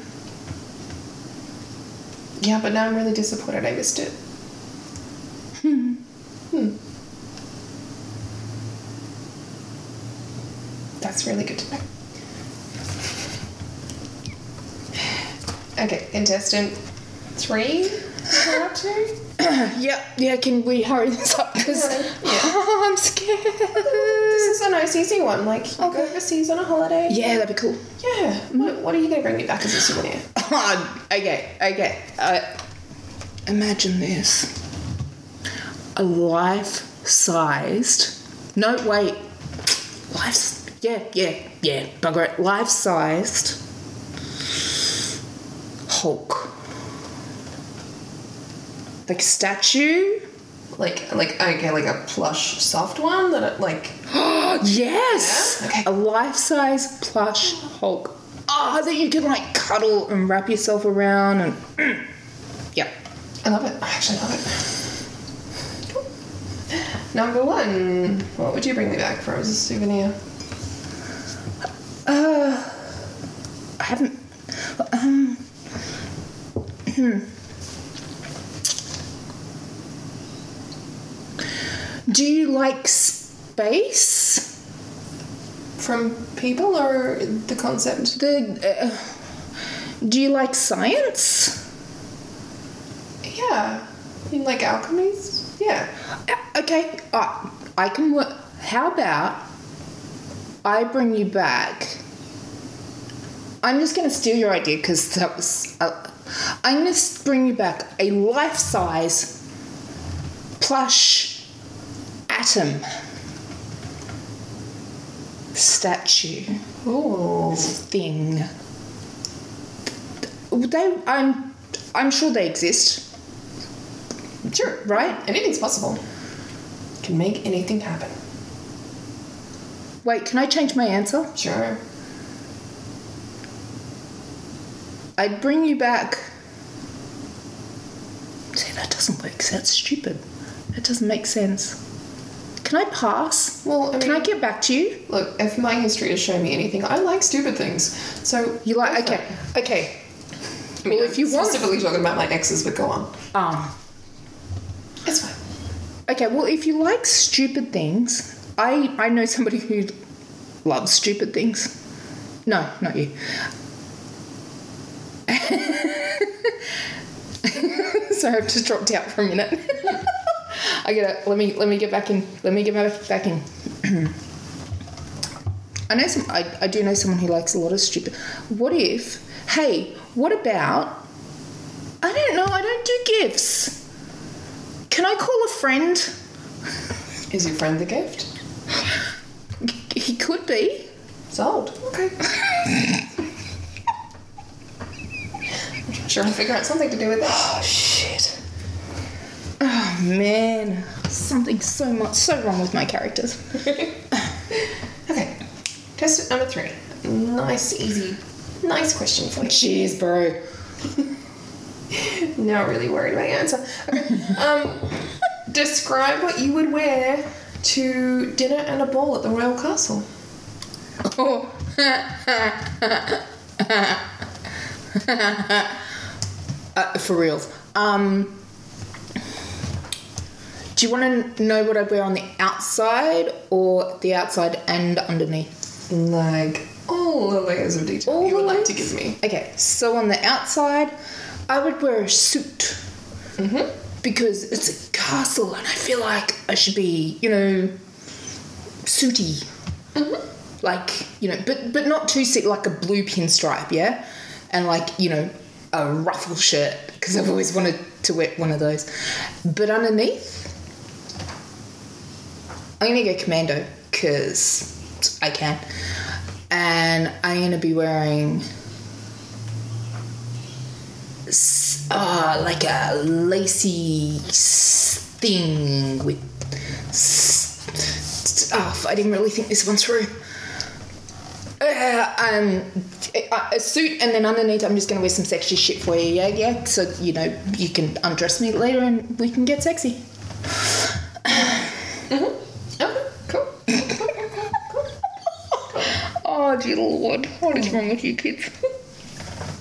Yeah, but now I'm really disappointed. I missed it. Hmm. That's really good to know. Okay, contestant three. Round two.
yeah, yeah, can we hurry this up? Because I'm scared.
This is a nice, easy one. Like, you go overseas on a holiday.
Yeah, that'd be cool.
Yeah. What, what are you going to bring me back as a souvenir?
Oh, okay, okay. Uh, imagine this a life sized. No, wait. Life. Yeah, yeah, yeah. Bugger it. Life sized Hulk. Like statue?
Like, like okay, like a plush, soft one that, like,
yes!
Yeah? Okay.
A life size plush Hulk. Ah, that you can like cuddle and wrap yourself around and. yeah.
I love it. I actually love it. Number one, what would you bring me back for as a souvenir?
Uh, I haven't. Um, hmm. Do you like space?
From people or the concept?
The. Uh, do you like science?
Yeah. You like alchemies? Yeah.
Uh, Okay, I I can work. How about I bring you back? I'm just gonna steal your idea because that was. Uh, I'm gonna s- bring you back a life size plush atom statue
Ooh.
thing. They, I'm, I'm sure they exist,
Sure.
right?
Anything's possible. Can make anything happen.
Wait, can I change my answer?
Sure.
I'd bring you back. See, that doesn't work. 'cause That's stupid. That doesn't make sense. Can I pass?
Well, I
Can I
mean-
get back to you?
Look, if my history has shown me anything, I like stupid things. So
You like? Okay, okay.
I mean,
Well, if you want-
specifically talking about my exes, but go on.
Um.
It's fine.
Okay. Well, if you like stupid things, I I know somebody who loves stupid things. No, not you. Sorry, I've just dropped out for a minute. I gotta let me let me get back in. Let me get back back in. I know some. I, I do know someone who likes a lot of stupid. What if? Hey, what about? I don't know. I don't do gifts. Can I call a friend?
Is your friend the gift?
He could be.
Sold. Okay. Sure, I'll figure out something to do with it.
Oh shit. Oh man, something so much so wrong with my characters.
Okay, test number three. Nice, easy, nice question for you.
Cheers, bro.
Now I'm really worried about your answer. Okay. Um, describe what you would wear to dinner and a ball at the Royal Castle.
Oh. uh, for reals. Um, do you want to know what I wear on the outside or the outside and underneath?
Like all the layers of detail
All
you would
the
like to give me.
Okay, so on the outside, I would wear a suit
Mm-hmm.
because it's a castle and I feel like I should be, you know, suity.
Mm-hmm.
Like, you know, but but not too sick, like a blue pinstripe, yeah? And like, you know, a ruffle shirt because I've always wanted to wear one of those. But underneath, I'm going to go commando because I can. And I'm going to be wearing s- uh, like a lacy s- thing with. s- s- Oh, f- I didn't really think this one through. Uh, um, a, a suit, and then underneath, I'm just gonna wear some sexy shit for you, yeah, yeah. So you know you can undress me later, and we can get sexy.
Okay, cool.
Oh dear lord, what is wrong with you kids?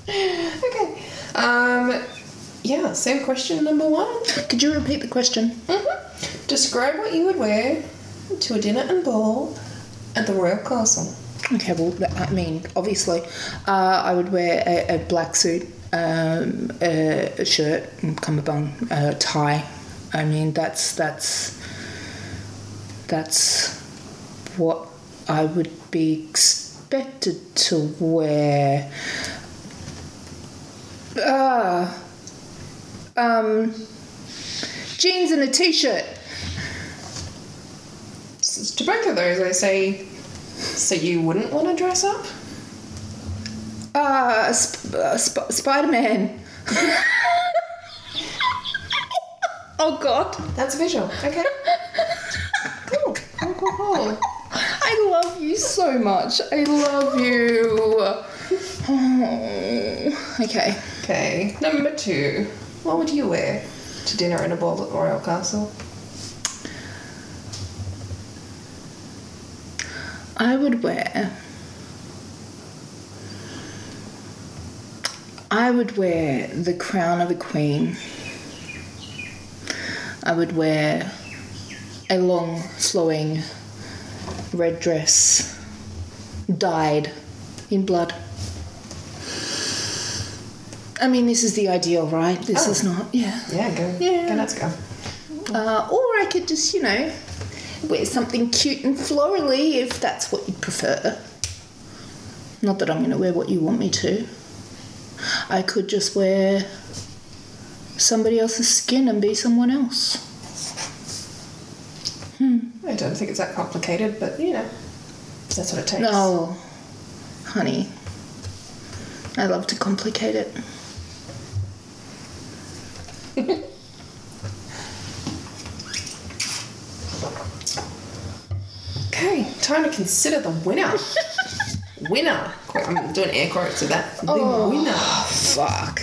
okay. Um, yeah, same question number one.
Could you repeat the question?
hmm Describe what you would wear to a dinner and ball at the Royal Castle.
Okay, well, that- I mean, obviously, uh, I would wear a, a black suit, um, a, a shirt, cummerbund, a tie. I mean, that's that's that's what I would be expected to wear. Ah, um, jeans and a t-shirt.
S- To both of those, I say, so you wouldn't want to dress up?
Ah, sp- uh, sp- Spider Man. oh God,
That's visual. Okay. cool. Cool, cool, cool.
I love you so much. I love you. Oh, okay.
Okay, number two. What would you wear to dinner and a ball at the Royal Castle?
I would wear. I would wear the crown of a queen. I would wear a long, flowing red dress, dyed in blood. I mean, this is the ideal, right? This
Oh.
is not, yeah.
Yeah, go.
Yeah.
Go, let's go.
Uh, or I could just, you know, wear something cute and florally if that's what you prefer. Not that I'm going to wear what you want me to. I could just wear somebody else's skin and be someone else.
I don't think it's that complicated, but you know, that's what it takes.
No, Oh, honey. I love to complicate it.
Okay, time to consider the winner. winner. Qu- I'm doing air quotes with that. The
Oh.
winner.
Fuck.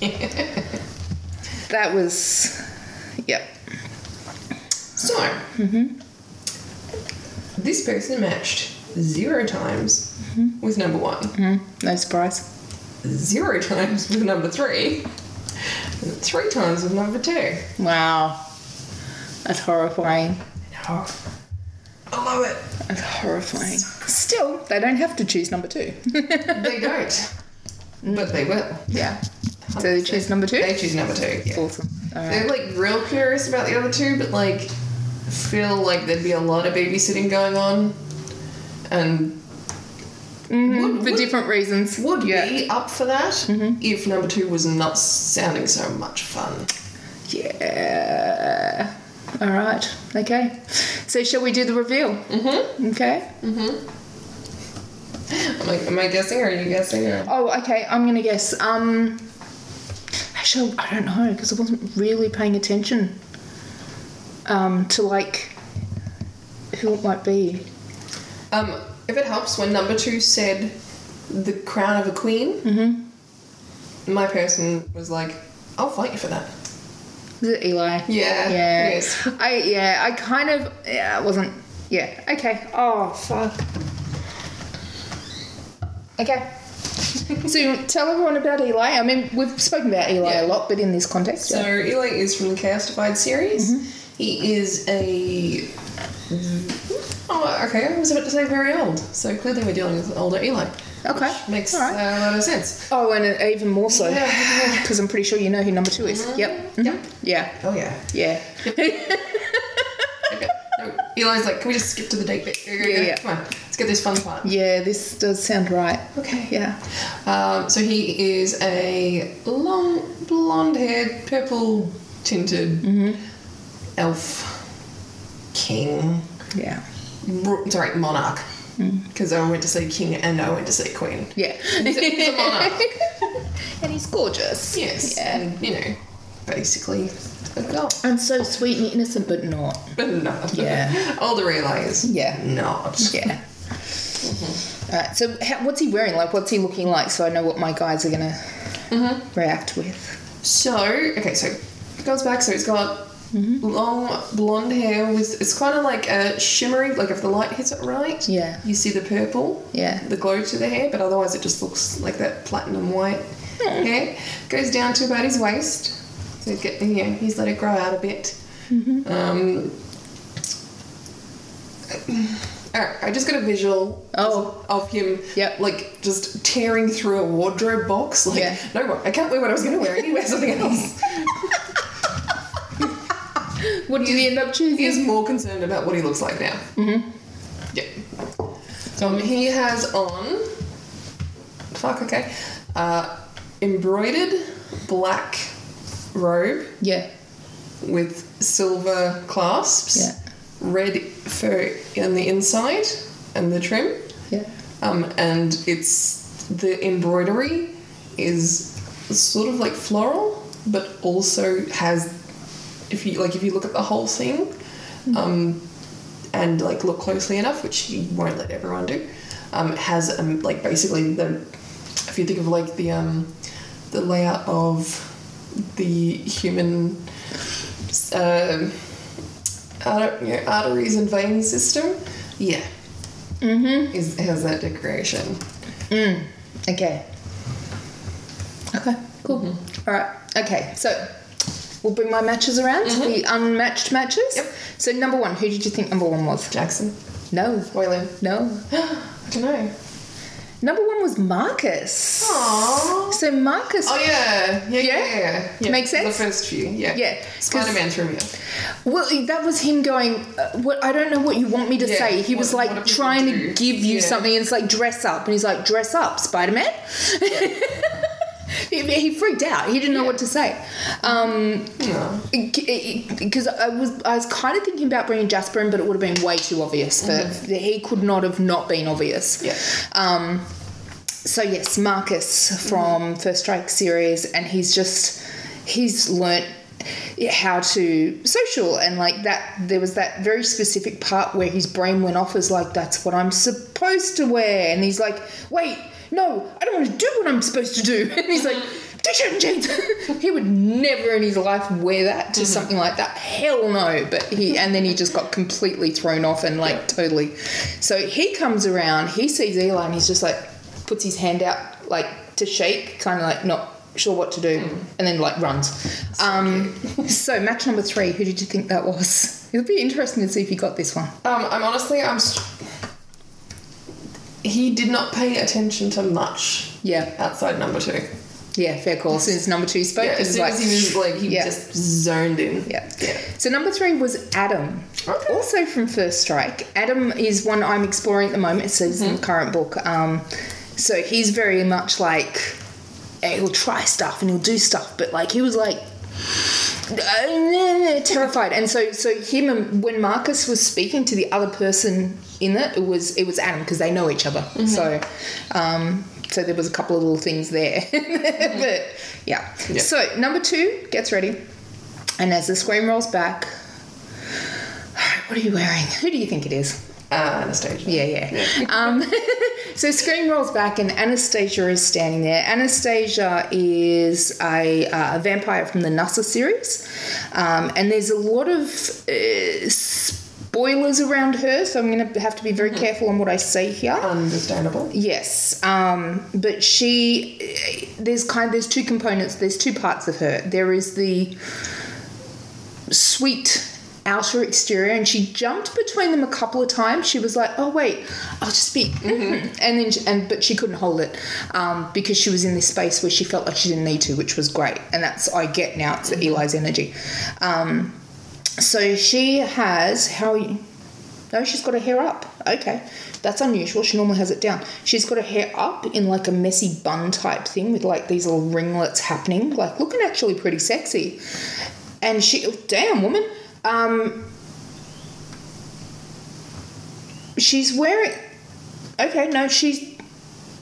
that was. Yep.
So, this person matched zero times with number one.
Mm, no surprise.
zero times with number three, and three times with number two.
Wow. That's horrifying.
No. I love it.
That's horrifying. Still, they don't have to choose number two.
They don't, but they will.
yeah. So they choose number two?
They choose number two. Yeah.
Awesome. All right.
They're like real curious about the other two, but like feel like there'd be a lot of babysitting going on, and
Mhm,
Would-
For
would-
different reasons.
would
yeah.
be up for that if number two was not sounding so much fun.
Yeah. All right. Okay. So shall we do the reveal? Mm-hmm. Okay.
I'm like, am I guessing or are you guessing? Or?
Oh, okay. I'm gonna guess. Um, actually, I don't know because I wasn't really paying attention um, to like who it might be.
Um, if it helps, when number two said the crown of a queen, my person was like, I'll fight you for that.
Is it Eli?
Yeah,
Yeah.
it is.
I yeah. I kind of yeah. I wasn't. Yeah. Okay. Oh fuck. Okay. so tell everyone about Eli. I mean, we've spoken about Eli a
Yeah.
lot, but in this context,
So
yeah. Mm-hmm.
Eli is from the Chaos Divide series. He is a. Oh, okay. I was about to say very old. So clearly we're dealing with older Eli.
Okay,
Which makes
all right.
uh, a lot of sense.
Oh, and uh, even more so because I'm pretty sure you know who number two is. Yep.
Uh-huh. Yep.
Mhm. Yeah.
Oh yeah.
Yeah.
Okay. No, Eli's like, can we just skip to the date bit? Go, go,
Yeah,
go.
yeah.
Come on, let's get this fun part.
Yeah. This does sound right.
Okay.
Yeah.
Um, so he is a long, blonde-haired, purple-tinted
Mm-hmm.
elf king.
Yeah.
Ru- Sorry, monarch. Because I went to say king and I went to say queen.
Yeah.
He's a, he's a monarch.
and he's gorgeous.
Yes.
Yeah.
And, you know, basically a god.
And so sweet and innocent, but not.
But not.
Yeah.
Older Eli is
Yeah.
not.
Yeah. Alright, Uh, so how, what's he wearing? Like, what's he looking like? So I know what my guys are gonna react with.
So okay, so it goes back. So it's got
Mm-hmm.
long blonde hair with it's kind of like a shimmery. Like if the light hits it right,
Yeah.
you see the purple,
Yeah.
the glow to the hair. But otherwise, it just looks like that platinum white
Hmm.
hair. Goes down to about his waist. So he's get, yeah, he's let it grow out a bit.
Mm-hmm.
Um, all right, uh, I just got a visual
Oh.
of him,
Yep.
like just tearing through a wardrobe box. Like,
Yeah.
no, I can't wear what I was going to wear. I need to wear something else.
What did he end up
he
choosing?
is more concerned about what he looks like now. Mm-hmm. Yeah. Um, he has on. Fuck. Okay. Uh, embroidered black robe
Yeah.
with silver clasps.
Yeah.
Red fur on the inside and the trim.
Yeah.
Um, and it's the embroidery is sort of like floral, but also has if you like if you look at the whole thing, um, and like look closely enough, which you won't let everyone do, um, it has um, like basically the if you think of like the um, the layout of the human. Uh, arter- yeah, arteries and vein system, yeah, is has that decoration.
Mm. Okay. Okay, cool. Alright, okay, so we'll bring my matches around, the unmatched matches.
Yep.
So, number one, who did you think number one was?
Jackson,
No,
Boylan.
no.
I don't know.
Number one was Marcus.
Aww.
So, Marcus
Oh yeah, yeah, yeah, yeah. yeah. yeah.
Makes sense?
The first few, yeah.
Yeah, 'cause-
Spider Man threw me off.
Well, that was him going. Uh, what I don't know what you want me to
Yeah,
say. He was
what-
like
what do people
trying to
do?
give you
Yeah.
something. And it's like dress up, and he's like dress up, Spider Man. he, he freaked out. He didn't know what to say. Um,
No.
because I was I was kind of thinking about bringing Jasper in, but it would have been way too obvious. But he could not have not been obvious.
Mm-hmm. Yeah.
Um, so yes, Marcus from First Strike series, and he's just he's learnt how to social and like that. There was that very specific part where his brain went off as like that's what I'm supposed to wear, and he's like, wait, no, I don't want to do what I'm supposed to do, and he's like. T-shirt and jeans. he would never in his life wear that to something like that. Hell no. But he and then he just got completely thrown off and like totally. So he comes around. He sees Eli and he's just like puts his hand out like to shake, kind of like not sure what to do,
Mm.
and then like runs. Um, so match number three. Who did you think that was? It'll be interesting to see if you got this one.
Um, I'm honestly, I'm. St- he did not pay attention to much
Yeah,
outside number two.
yeah, fair call. Since number two spoke,
Yeah,
it
as
was
soon
like,
as he was like, he
yeah.
just zoned in.
Yeah.
Yeah.
So number three was Adam,
Okay.
also from First Strike. Adam is one I'm exploring at the moment. So he's
Mm-hmm.
in the current book. Um, so he's very much like eh, he'll try stuff and he'll do stuff, but like he was like uh, terrified. And so, so him and when Marcus was speaking to the other person in it, it was it was Adam because they know each other. So, um, so there was a couple of little things there. but yeah.
Yeah.
So number two gets ready, and as the screen rolls back, what are you wearing? Who do you think it is?
Uh, Anastasia.
Yeah, yeah. um, so screen rolls back and Anastasia is standing there. Anastasia is a, uh, a vampire from the Nussa series, um, and there's a lot of uh, spoilers around her, so I'm going to have to be very careful on what I say here.
Understandable.
Yes, um, but she there's kind there's two components. There's two parts of her. There is the sweet outer exterior, and she jumped between them a couple of times. She was like, "Oh wait, I'll just be," and then she, and but she couldn't hold it um, because she was in this space where she felt like she didn't need to, which was great. And that's I get now. It's Eli's energy. Um, so she has how you. No, she's got her hair up. Okay. That's unusual. She normally has it down. She's got her hair up in like a messy bun type thing with like these little ringlets happening, like looking actually pretty sexy. And she, damn, woman. Um, she's wearing, okay, no, she's,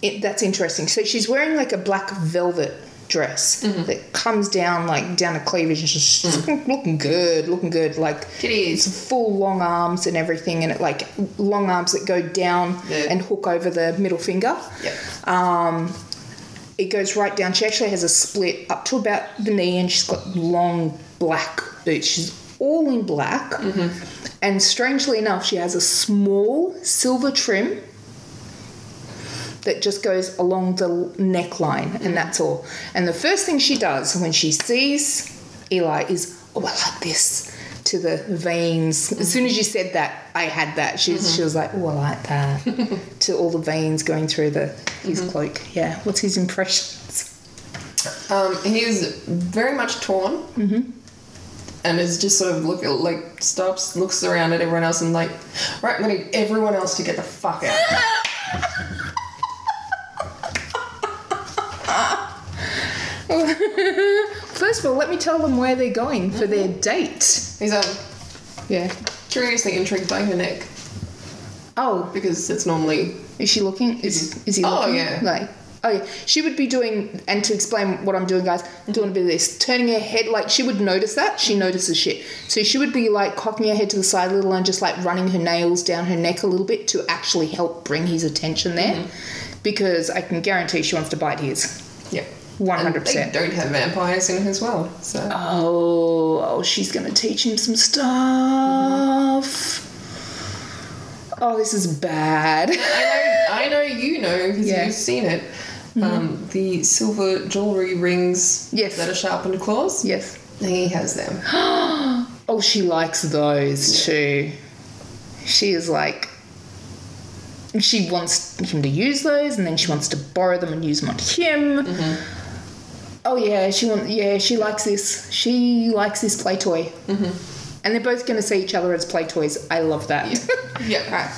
it, that's interesting. So she's wearing like a black velvet dress that comes down like down to cleavage and she's looking good, looking good. Like,
Titties.
it's full long arms and everything, and it like long arms that go down
Yeah.
and hook over the middle finger.
Yep.
Um, it goes right down. She actually has a split up to about the knee, and she's got long black boots. She's all in black, and strangely enough, she has a small silver trim that just goes along the l- neckline, and that's all. And the first thing she does when she sees Eli is, oh, I like this to the veins. As soon as you said that, I had that. She, she was like, oh, I like that to all the veins going through the his cloak. Yeah, what's his impressions?
Um, he is very much torn,
Mm-hmm.
and is just sort of look like stops, looks around at everyone else, and like, right, we need everyone else to get the fuck out.
First of all, let me tell them where they're going for their date.
He's um,
Yeah.
curiously intrigued by her neck
Oh,
because it's normally
is she looking? Is is he
Oh,
looking?
yeah.
Like, oh Mm-hmm. yeah. She would be doing, and to explain what I'm doing, guys, doing a bit of this, turning her head. Like she would notice that. She notices shit. So she would be like cocking her head to the side a little and just like running her nails down her neck a little bit to actually help bring his attention there, Mm-hmm. because I can guarantee she wants to bite his.
yeah, And
100%.
They don't have vampires in his world, so
Oh, oh, she's gonna teach him some stuff. Oh, this is bad.
I know, I know you know because
Yeah. Mm-hmm.
you've seen it. Um, the silver jewelry rings
Yes.
that are sharpened claws.
yes.
He has them.
Oh, she likes those too. She is like, she wants him to use those, and then she wants to borrow them and use them on him. Oh yeah, she wants. Yeah, she likes this. She likes this play toy. And they're both gonna see each other as play toys. I love that.
Yeah.
Right.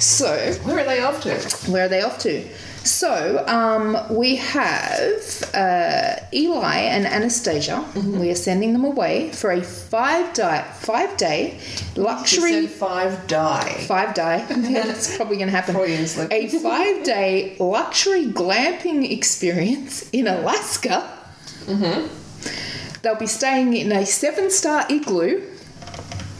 So.
Where are they off to?
Where are they off to? So um, we have uh, Eli and Anastasia. We are sending them away for a five di- five day
She
luxury
said five die.
five day. That's probably going to happen.
Freudian slip.
A five day luxury glamping experience in Alaska. Mm-hmm. They'll be staying in a seven star igloo,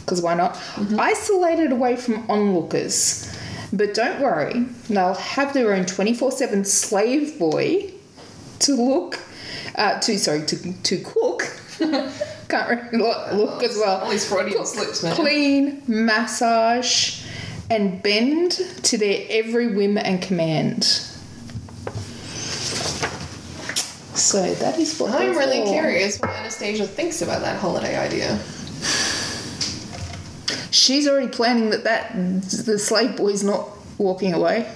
because why not? Isolated away from onlookers. But don't worry, they'll have their own 24 7 slave boy to look, uh, to, sorry, to, to cook. Can't really look, look as well
All these Freudian slips, man.
clean, massage, and bend to their every whim and command. So that is what
I'm
they're
really
for.
curious what Anastasia thinks about that holiday idea.
She's already planning that that the slave boy's not walking away.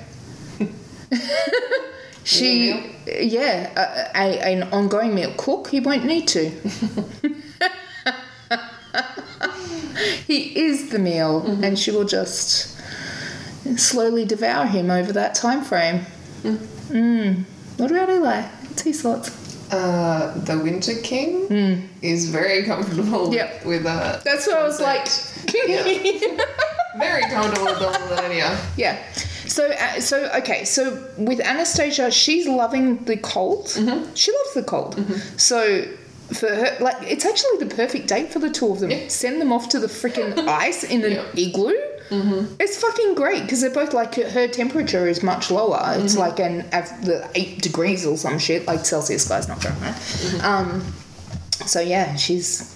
she,
Meal
yeah, a, a, an ongoing meal cook. He won't need to. he is the meal, and she will just slowly devour him over that time frame. Mm. What about Eli? What's his thoughts?
Uh, the Winter King is very comfortable
Hmm. Yep.
with uh,
That's what I was like.
Very comfortable with all of that, yeah.
Yeah. So, uh, so okay. So with Anastasia, she's loving the cold.
Mm-hmm.
She loves the cold. So for her, like it's actually the perfect date for the two of them.
Yeah.
Send them off to the freaking ice in an
Yeah. Mm-hmm.
igloo. It's fucking great because they're both like her temperature is much lower.
Mm-hmm.
It's like an av- the eight degrees or some shit like Celsius. Guys, not Fahrenheit.
Mm-hmm.
Um, so yeah, she's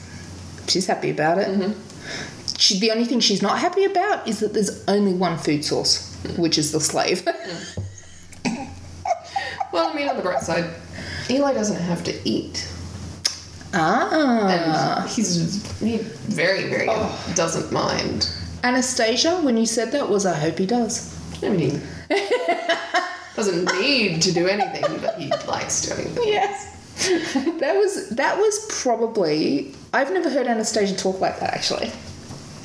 she's happy about it.
Mm-hmm.
She, the only thing she's not happy about is that there's only one food source, which is the slave.
Well, I mean, on the bright side, Eli doesn't have to eat. And
ah,
he's he very, very
Oh.
doesn't mind.
Anastasia. When you said that, was I hope he does.
I mean, doesn't need to do anything, but he likes doing things.
Yes. that was that was probably I've never heard Anastasia talk like that actually,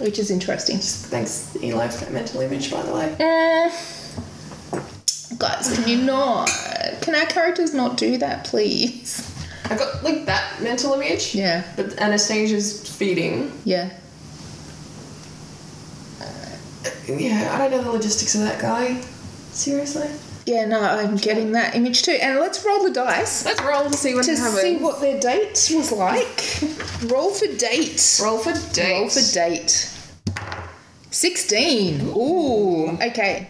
which is interesting.
Thanks, Eli, for that mental image, by the way.
Uh, guys, can you not? Can our characters not do that, please?
I got like that mental image.
Yeah.
But Anastasia's feeding.
Yeah.
Yeah, I don't know the logistics of that guy. Seriously.
Yeah, no, I'm getting that image too. And let's roll the dice
Let's roll to see what
to
happens.
see what their date was like. roll for date.
roll for date.
Roll for date. 16. Ooh. Okay.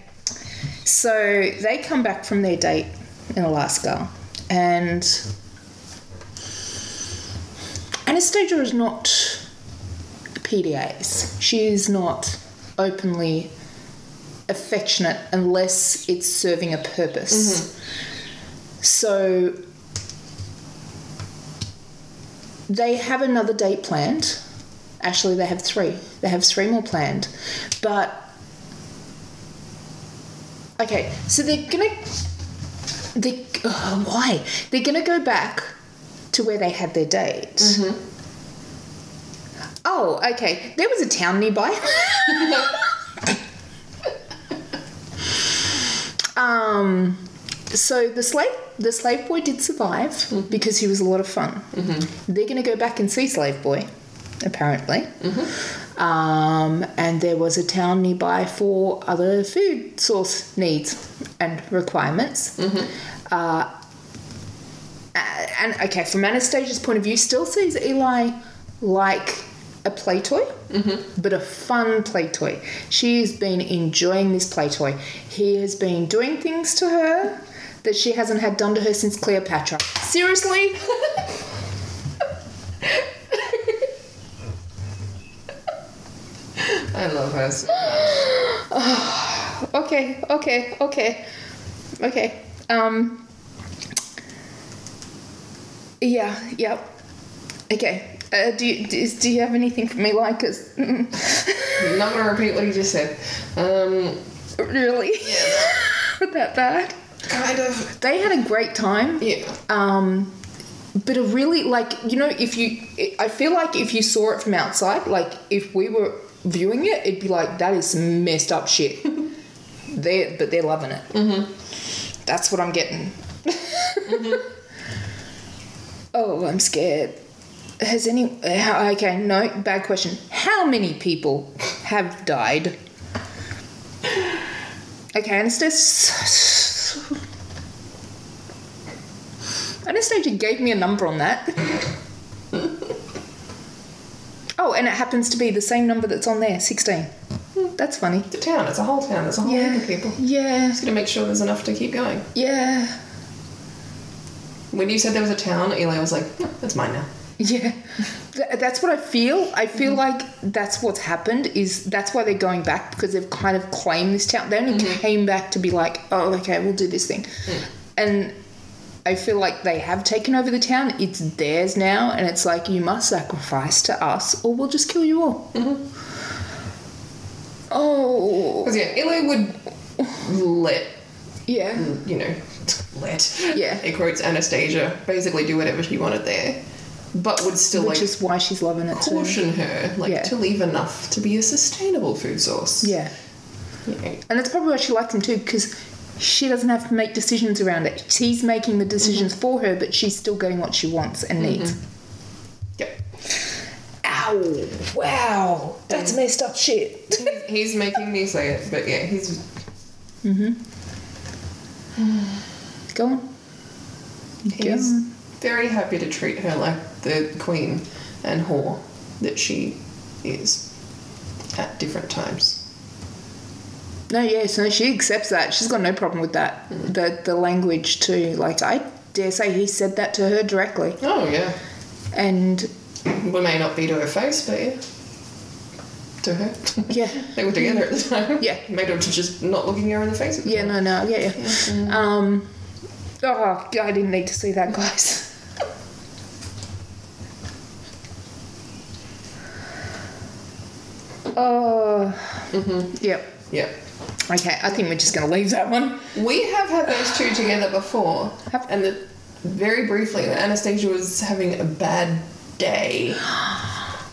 So they come back from their date in Alaska and Anastasia is not PDAs. She is not openly affectionate unless it's serving a purpose. Mm-hmm. So they have another date planned. Actually, they have three. They have three more planned. But. Okay, so they're gonna. They, ugh, why? They're gonna go back to where they had their date. Oh, okay. There was a town nearby. um, so the slave the slave boy did survive because he was a lot of fun. They're going to go back and see slave boy, apparently. Um, and there was a town nearby for other food source needs and requirements. Uh, a- Uh, and okay, from Anastasia's point of view, still sees Eli like a play toy, but a fun play toy. She has been enjoying this play toy. He has been doing things to her that she hasn't had done to her since Cleopatra. Seriously?
I love her. so-
okay, okay, okay, okay. Um, yeah, yeah. Okay. Uh, do you do, is- do you have anything for me? Like, is,
I'm not gonna repeat what he just said. Um,
really? that bad?
kind of.
They had a great time.
Yeah.
um but a really like you know if you i feel like if you saw it from outside like if we were viewing it it'd be like that is some messed up shit they but they're loving it mm-hmm. that's what i'm getting oh i'm scared has any how- okay no bad question how many people have died okay anastasia Anastasia gave me a number on that. oh, and it happens to be the same number that's on there, 16. That's funny.
The town. It's a whole town. It's a whole heap of people.
Yeah.
Just gonna make sure there's enough to keep going.
Yeah.
When you said there was a town, Eli was like, yeah, "That's mine now."
Yeah. Th- that's what I feel. I feel like that's what's happened is that's why they're going back because they've kind of claimed this town. They only came back to be like, "Oh, okay, we'll do this thing." And I feel like they have taken over the town. It's theirs now, and it's like you must sacrifice to us, or we'll just kill you all. Oh,
Because yeah, Eli would let
yeah.
you know let
Yeah.
it quotes Anastasia basically do whatever she wanted there, but would still
Which
like
is why she's loving it too.
caution her like
Yeah.
to leave enough to be a sustainable food source.
Yeah.
You know,
And that's probably why she likes him too, because she doesn't have to make decisions around it. He's making the decisions for her, but she's still getting what she wants and needs.
Yep.
Ow! Wow! That's messed up shit.
He's- He's making me say it, but yeah, he's
Go on. Go
He's
on.
very happy to treat her like the queen and whore that she is at different times.
No, yeah, so she accepts that. She's got no problem with that. The the language too. Like I dare say he said that to her directly.
Oh, yeah.
And
We may not be to her face, but yeah. To her.
yeah.
they were together at the time.
Yeah.
Made her to just not looking her in the face at the
Yeah,
time.
no, no, yeah, yeah. Um Oh, I didn't need to see that guys. Oh Yep.
Yeah.
Okay, I think we're just gonna leave that one.
We have had those two together before.
Have-
and the, very briefly, Anastasia was having a bad day.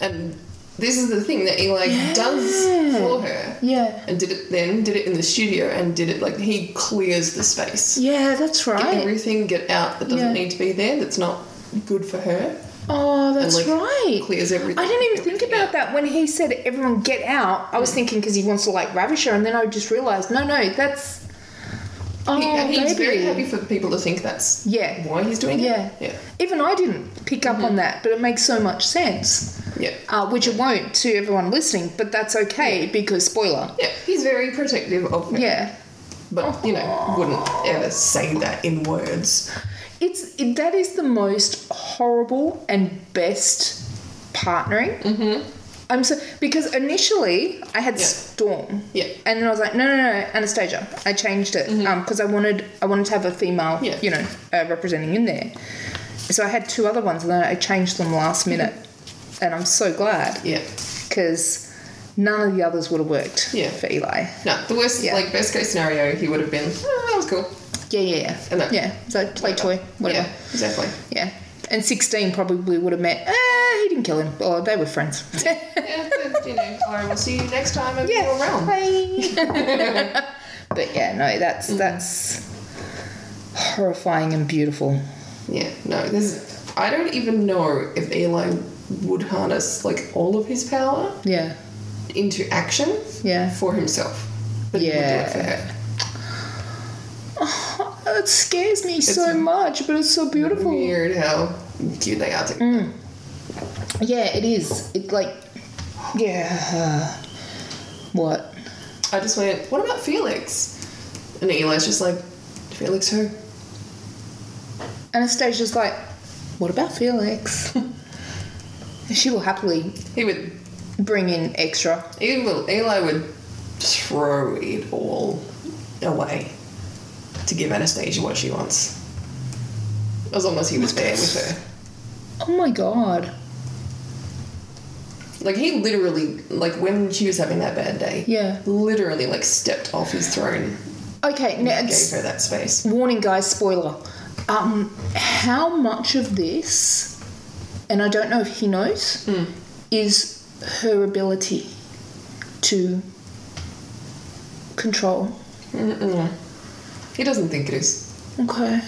And this is the thing that Eli does for her.
Yeah.
and did it then did it in the studio and did it like he clears the space
Yeah, that's
get
right.
everything get out that
Yeah.
doesn't need to be there that's not good for her
Oh, that's
like,
right.
clears everything
I didn't even think about that when he said everyone get out. I was thinking because he wants to like ravish her, and then I just realised no, no, that's oh
he, he's
baby.
very happy for people to think that's
Yeah.
why he's doing
Yeah. Mm-hmm.
it
Even I didn't pick up on that, but it makes so much sense.
yeah yeah
Uh, which it won't to everyone listening, but that's okay because spoiler.
yeah he's very protective of her
Yeah,
but you know wouldn't ever say that in words
it's it, that is the most horrible and best partnering. Mm-hmm. I'm so because initially I had
Yeah.
Storm.
Yeah.
And then I was like, no, no, no, Anastasia. I changed it because I wanted I wanted to have a female,
Yeah.
you know, uh, representing in there. So I had two other ones, and then I changed them last minute, and I'm so glad.
yeah
because none of the others would have worked
Yeah.
for Eli.
no the worst
Yeah.
like best case scenario he would have been oh, that was cool
Yeah, yeah, yeah.
And that-
yeah, so play toy, whatever.
yeah exactly
Yeah. And 16 probably would have met, ah, he didn't kill him. Or they were friends.
yeah but, you know I will see you next time in your realm
Bye. but yeah, no, that's that's horrifying and beautiful.
Yeah, no, there's. I don't even know if Eli would harness like all of his power
Yeah.
into action.
Yeah.
For himself, but he would do it for
Yeah.
her.
That Oh, scares me so much, but it's so beautiful. Mm.
Weird how cute they are. together.
Yeah, it is. It like, yeah. What?
I just went. What about Felix? And Eli's just like, Felix who?
Anastasia's like, what about Felix? she will happily
He would.
bring in extra.
He will. Eli would throw it all away to give Anastasia what she wants, as long as he was there with her.
Oh my god.
Like he literally, like when she was having that bad day,
Yeah.
literally like stepped off his throne,
Okay, now
and gave
it's,
her that space.
warning guys, spoiler. Um, how much of this, and I don't know if he knows, is her ability to control?
He doesn't think it is
Okay.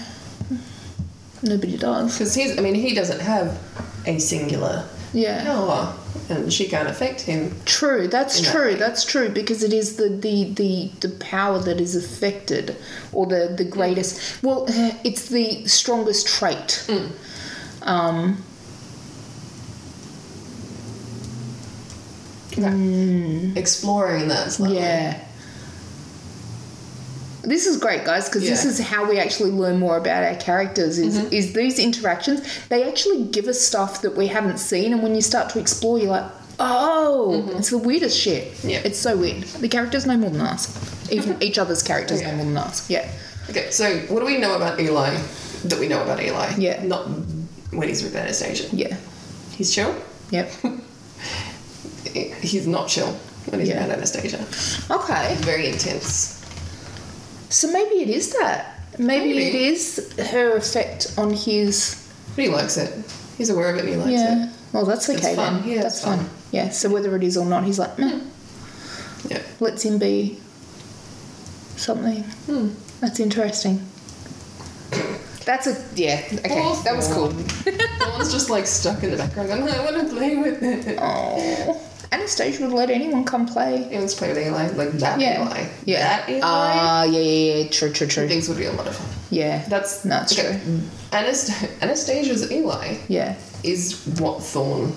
Nobody does.
because he's. I mean, he doesn't have a singular
Yeah.
power, and she can't affect him.
True, that's
in that
true, that's true, because it is the, the, the, the power that is affected, or the, the greatest. Well, it's the strongest trait.
Mm.
Um,
Exploring that, it's like,
yeah. This is great, guys, because this
Yeah.
is
Mm-hmm.
how we actually learn more about our characters. Is is these interactions? They actually give us stuff that we haven't seen, and when you start to explore, you're like, oh, it's the weirdest shit.
Mm-hmm. Yeah.
it's so weird. The characters know more than us. Even each other's characters
Yeah.
know more than us. Yeah,
Okay, so what do we know about Eli? That we know about Eli?
Yeah.
Not when he's with Anastasia.
yeah,
He's chill.
yep.
He's not chill when he's
Yeah.
around Anastasia.
Okay,
Very intense.
so maybe it is that. maybe.
Maybe.
it is her effect on his
But he likes it. He's aware of it. and He likes
Yeah. Well, that's okay
It's fun.
then.
Yeah,
that's
it's fun.
fun. Yeah. So whether it is or not, he's like, "Meh,
it. Yeah.
lets him be something.
Hmm.
That's interesting. That's a yeah. Okay, that was cool.
Someone's just like stuck in the background going, I want to play with it.
Oh, Anastasia would let anyone come play.
Yeah, let's play with Eli. Like that
Yeah.
Eli.
Yeah. Uh,
That Eli.
Ah, yeah, yeah, yeah. True, true, true.
things would be a lot of fun.
Yeah.
That's
No, it's
okay. Anast- Anastasia's Eli
Yeah.
is what Thorne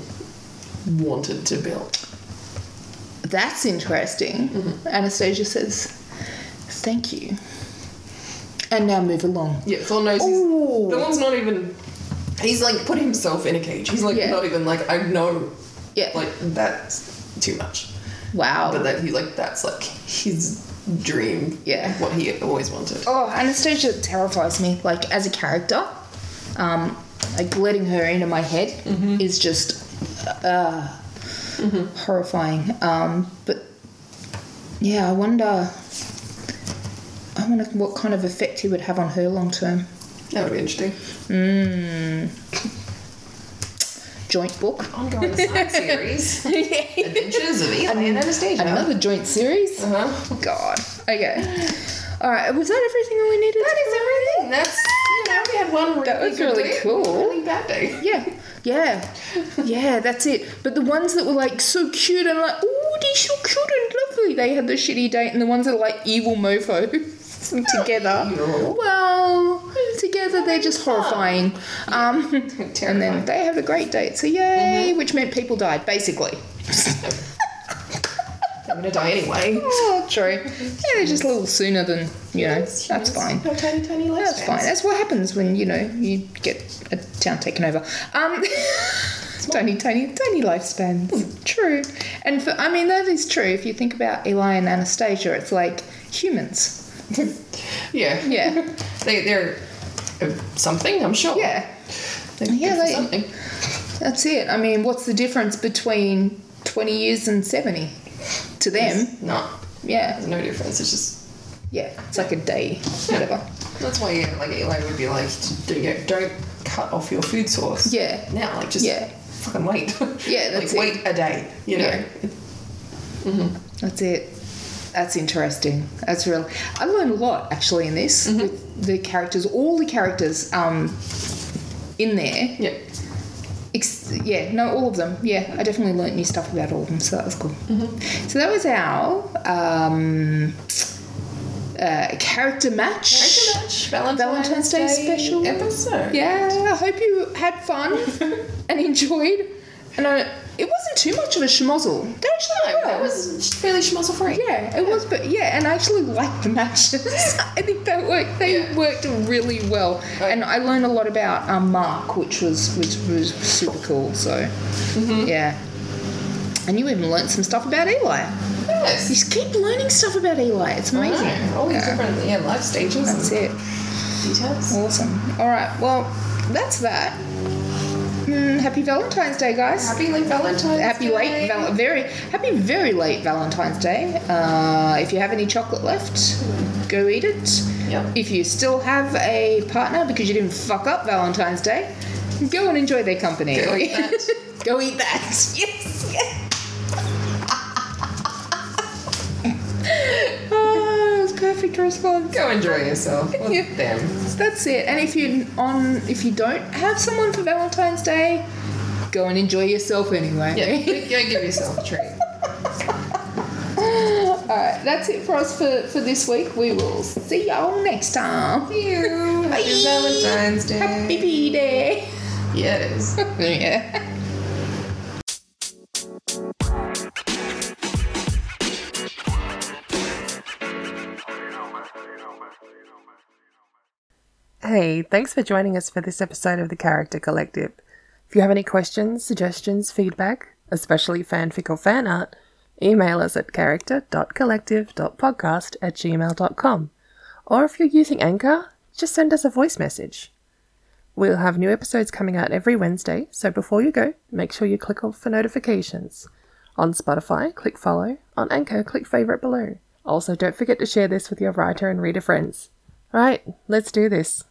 wanted to build.
That's interesting. Anastasia says, Thank you. And now move along.
Yeah, Thorne knows
Ooh.
he's Thorne's not even he's like put himself in a cage. He's like
Yeah.
not even like I know
Yeah.
like that's too much.
wow.
But that he like that's like his dream.
Yeah.
What he always wanted.
Oh, Anastasia terrifies me. Like as a character, um, like letting her into my head is just uh, horrifying. Um, but yeah, I wonder. I wonder what kind of effect he would have on her long term.
That would be interesting.
Joint book,
Ongoing side series. Adventures of Eli and Anastasia.
another joint series.
Uh-huh.
God. Okay. All right. Was that everything that we needed?
That is everything. That's you know we had one really
That was
good
really
day,
cool.
really bad day.
Yeah, yeah, yeah. That's it. But the ones that were like so cute and like, oh, they're so cute and lovely. They had the shitty date, and the ones that are like evil mofo together.
evil.
Well, together they're just horrifying. Um, and then
Terrifying.
they had a great date. So yay, which meant people died basically.
I'm gonna die anyway.
Oh, true. Yeah, they're just a little sooner than you know. That's fine.
No tiny, tiny
That's fine. That's what happens when you know you get a town taken over. Um, tiny, tiny, tiny lifespans. True, and for, I mean that is true. If you think about Eli and Anastasia, it's like humans.
Yeah.
Yeah,
They, they're uh, something, I'm sure.
yeah,
They're
Yeah,
good for
they-
something.
that's it. I mean, what's the difference between twenty years and seventy to them?
No,
Yeah,
there's no difference. It's just
yeah, it's like a day, whatever.
that's why yeah, like Eli would be like, don't you know, don't cut off your food source.
Yeah,
Now, like just
Yeah.
fucking wait.
Yeah, that's
like
it.
wait a day. You know.
Yeah. That's it. That's interesting. That's real. I learned a lot actually in this
Mm-hmm.
with the characters, all the characters um, in there.
Yeah.
Ex- yeah, no, all of them. Yeah, I definitely learned new stuff about all of them, so that was cool.
Mm-hmm.
So that was our um, uh, character match.
Thank you much. Valentine's,
Valentine's Day special.
episode.
Yeah, I hope you had fun and enjoyed. And I, it wasn't too much of a schmozzle. They actually
No,
were.
that was fairly schmuzzle free.
Yeah, it was, but yeah, and I actually liked the matches. I think they worked. They
Yeah.
worked really well, and I learned a lot about um, Mark, which was which was super cool. So,
Mm-hmm.
yeah, and you even learned some stuff about Eli. You
Yes.
just keep learning stuff about Eli. It's amazing.
Amazing. All these
Yeah.
different yeah, life stages
That's
and
it.
details.
Awesome. All right. Well, that's that. Mm, happy Valentine's Day, guys.
Happy late Valentine's
Happy
Day.
late, val- very happy, very late Valentine's Day. Uh, if you have any chocolate left, go eat it.
Yep.
If you still have a partner because you didn't fuck up Valentine's Day, go and enjoy their company.
Go eat that.
Go eat that. Yes. yes. oh, it was perfect response.
Go enjoy yourself. Well,
Yeah.
Damn.
So that's it. And if you on if you don't have someone for Valentine's Day, go and enjoy yourself anyway.
Yeah, go give yourself a treat.
All right, that's it for us for, for this week. We will see y'all next time.
you. Happy Valentine's Day.
Happy B Day.
Yeah, it is.
yeah.
Hey, thanks for joining us for this episode of the Character Collective. If you have any questions, suggestions, feedback, especially fanfic or fan art, email us at character.collective.podcast at gmail.com. Or if you're using Anchor, just send us a voice message. We'll have new episodes coming out every Wednesday, so before you go, make sure you click off for notifications. On Spotify, click follow. On Anchor, click favorite below. Also, don't forget to share this with your writer and reader friends. All right, let's do this.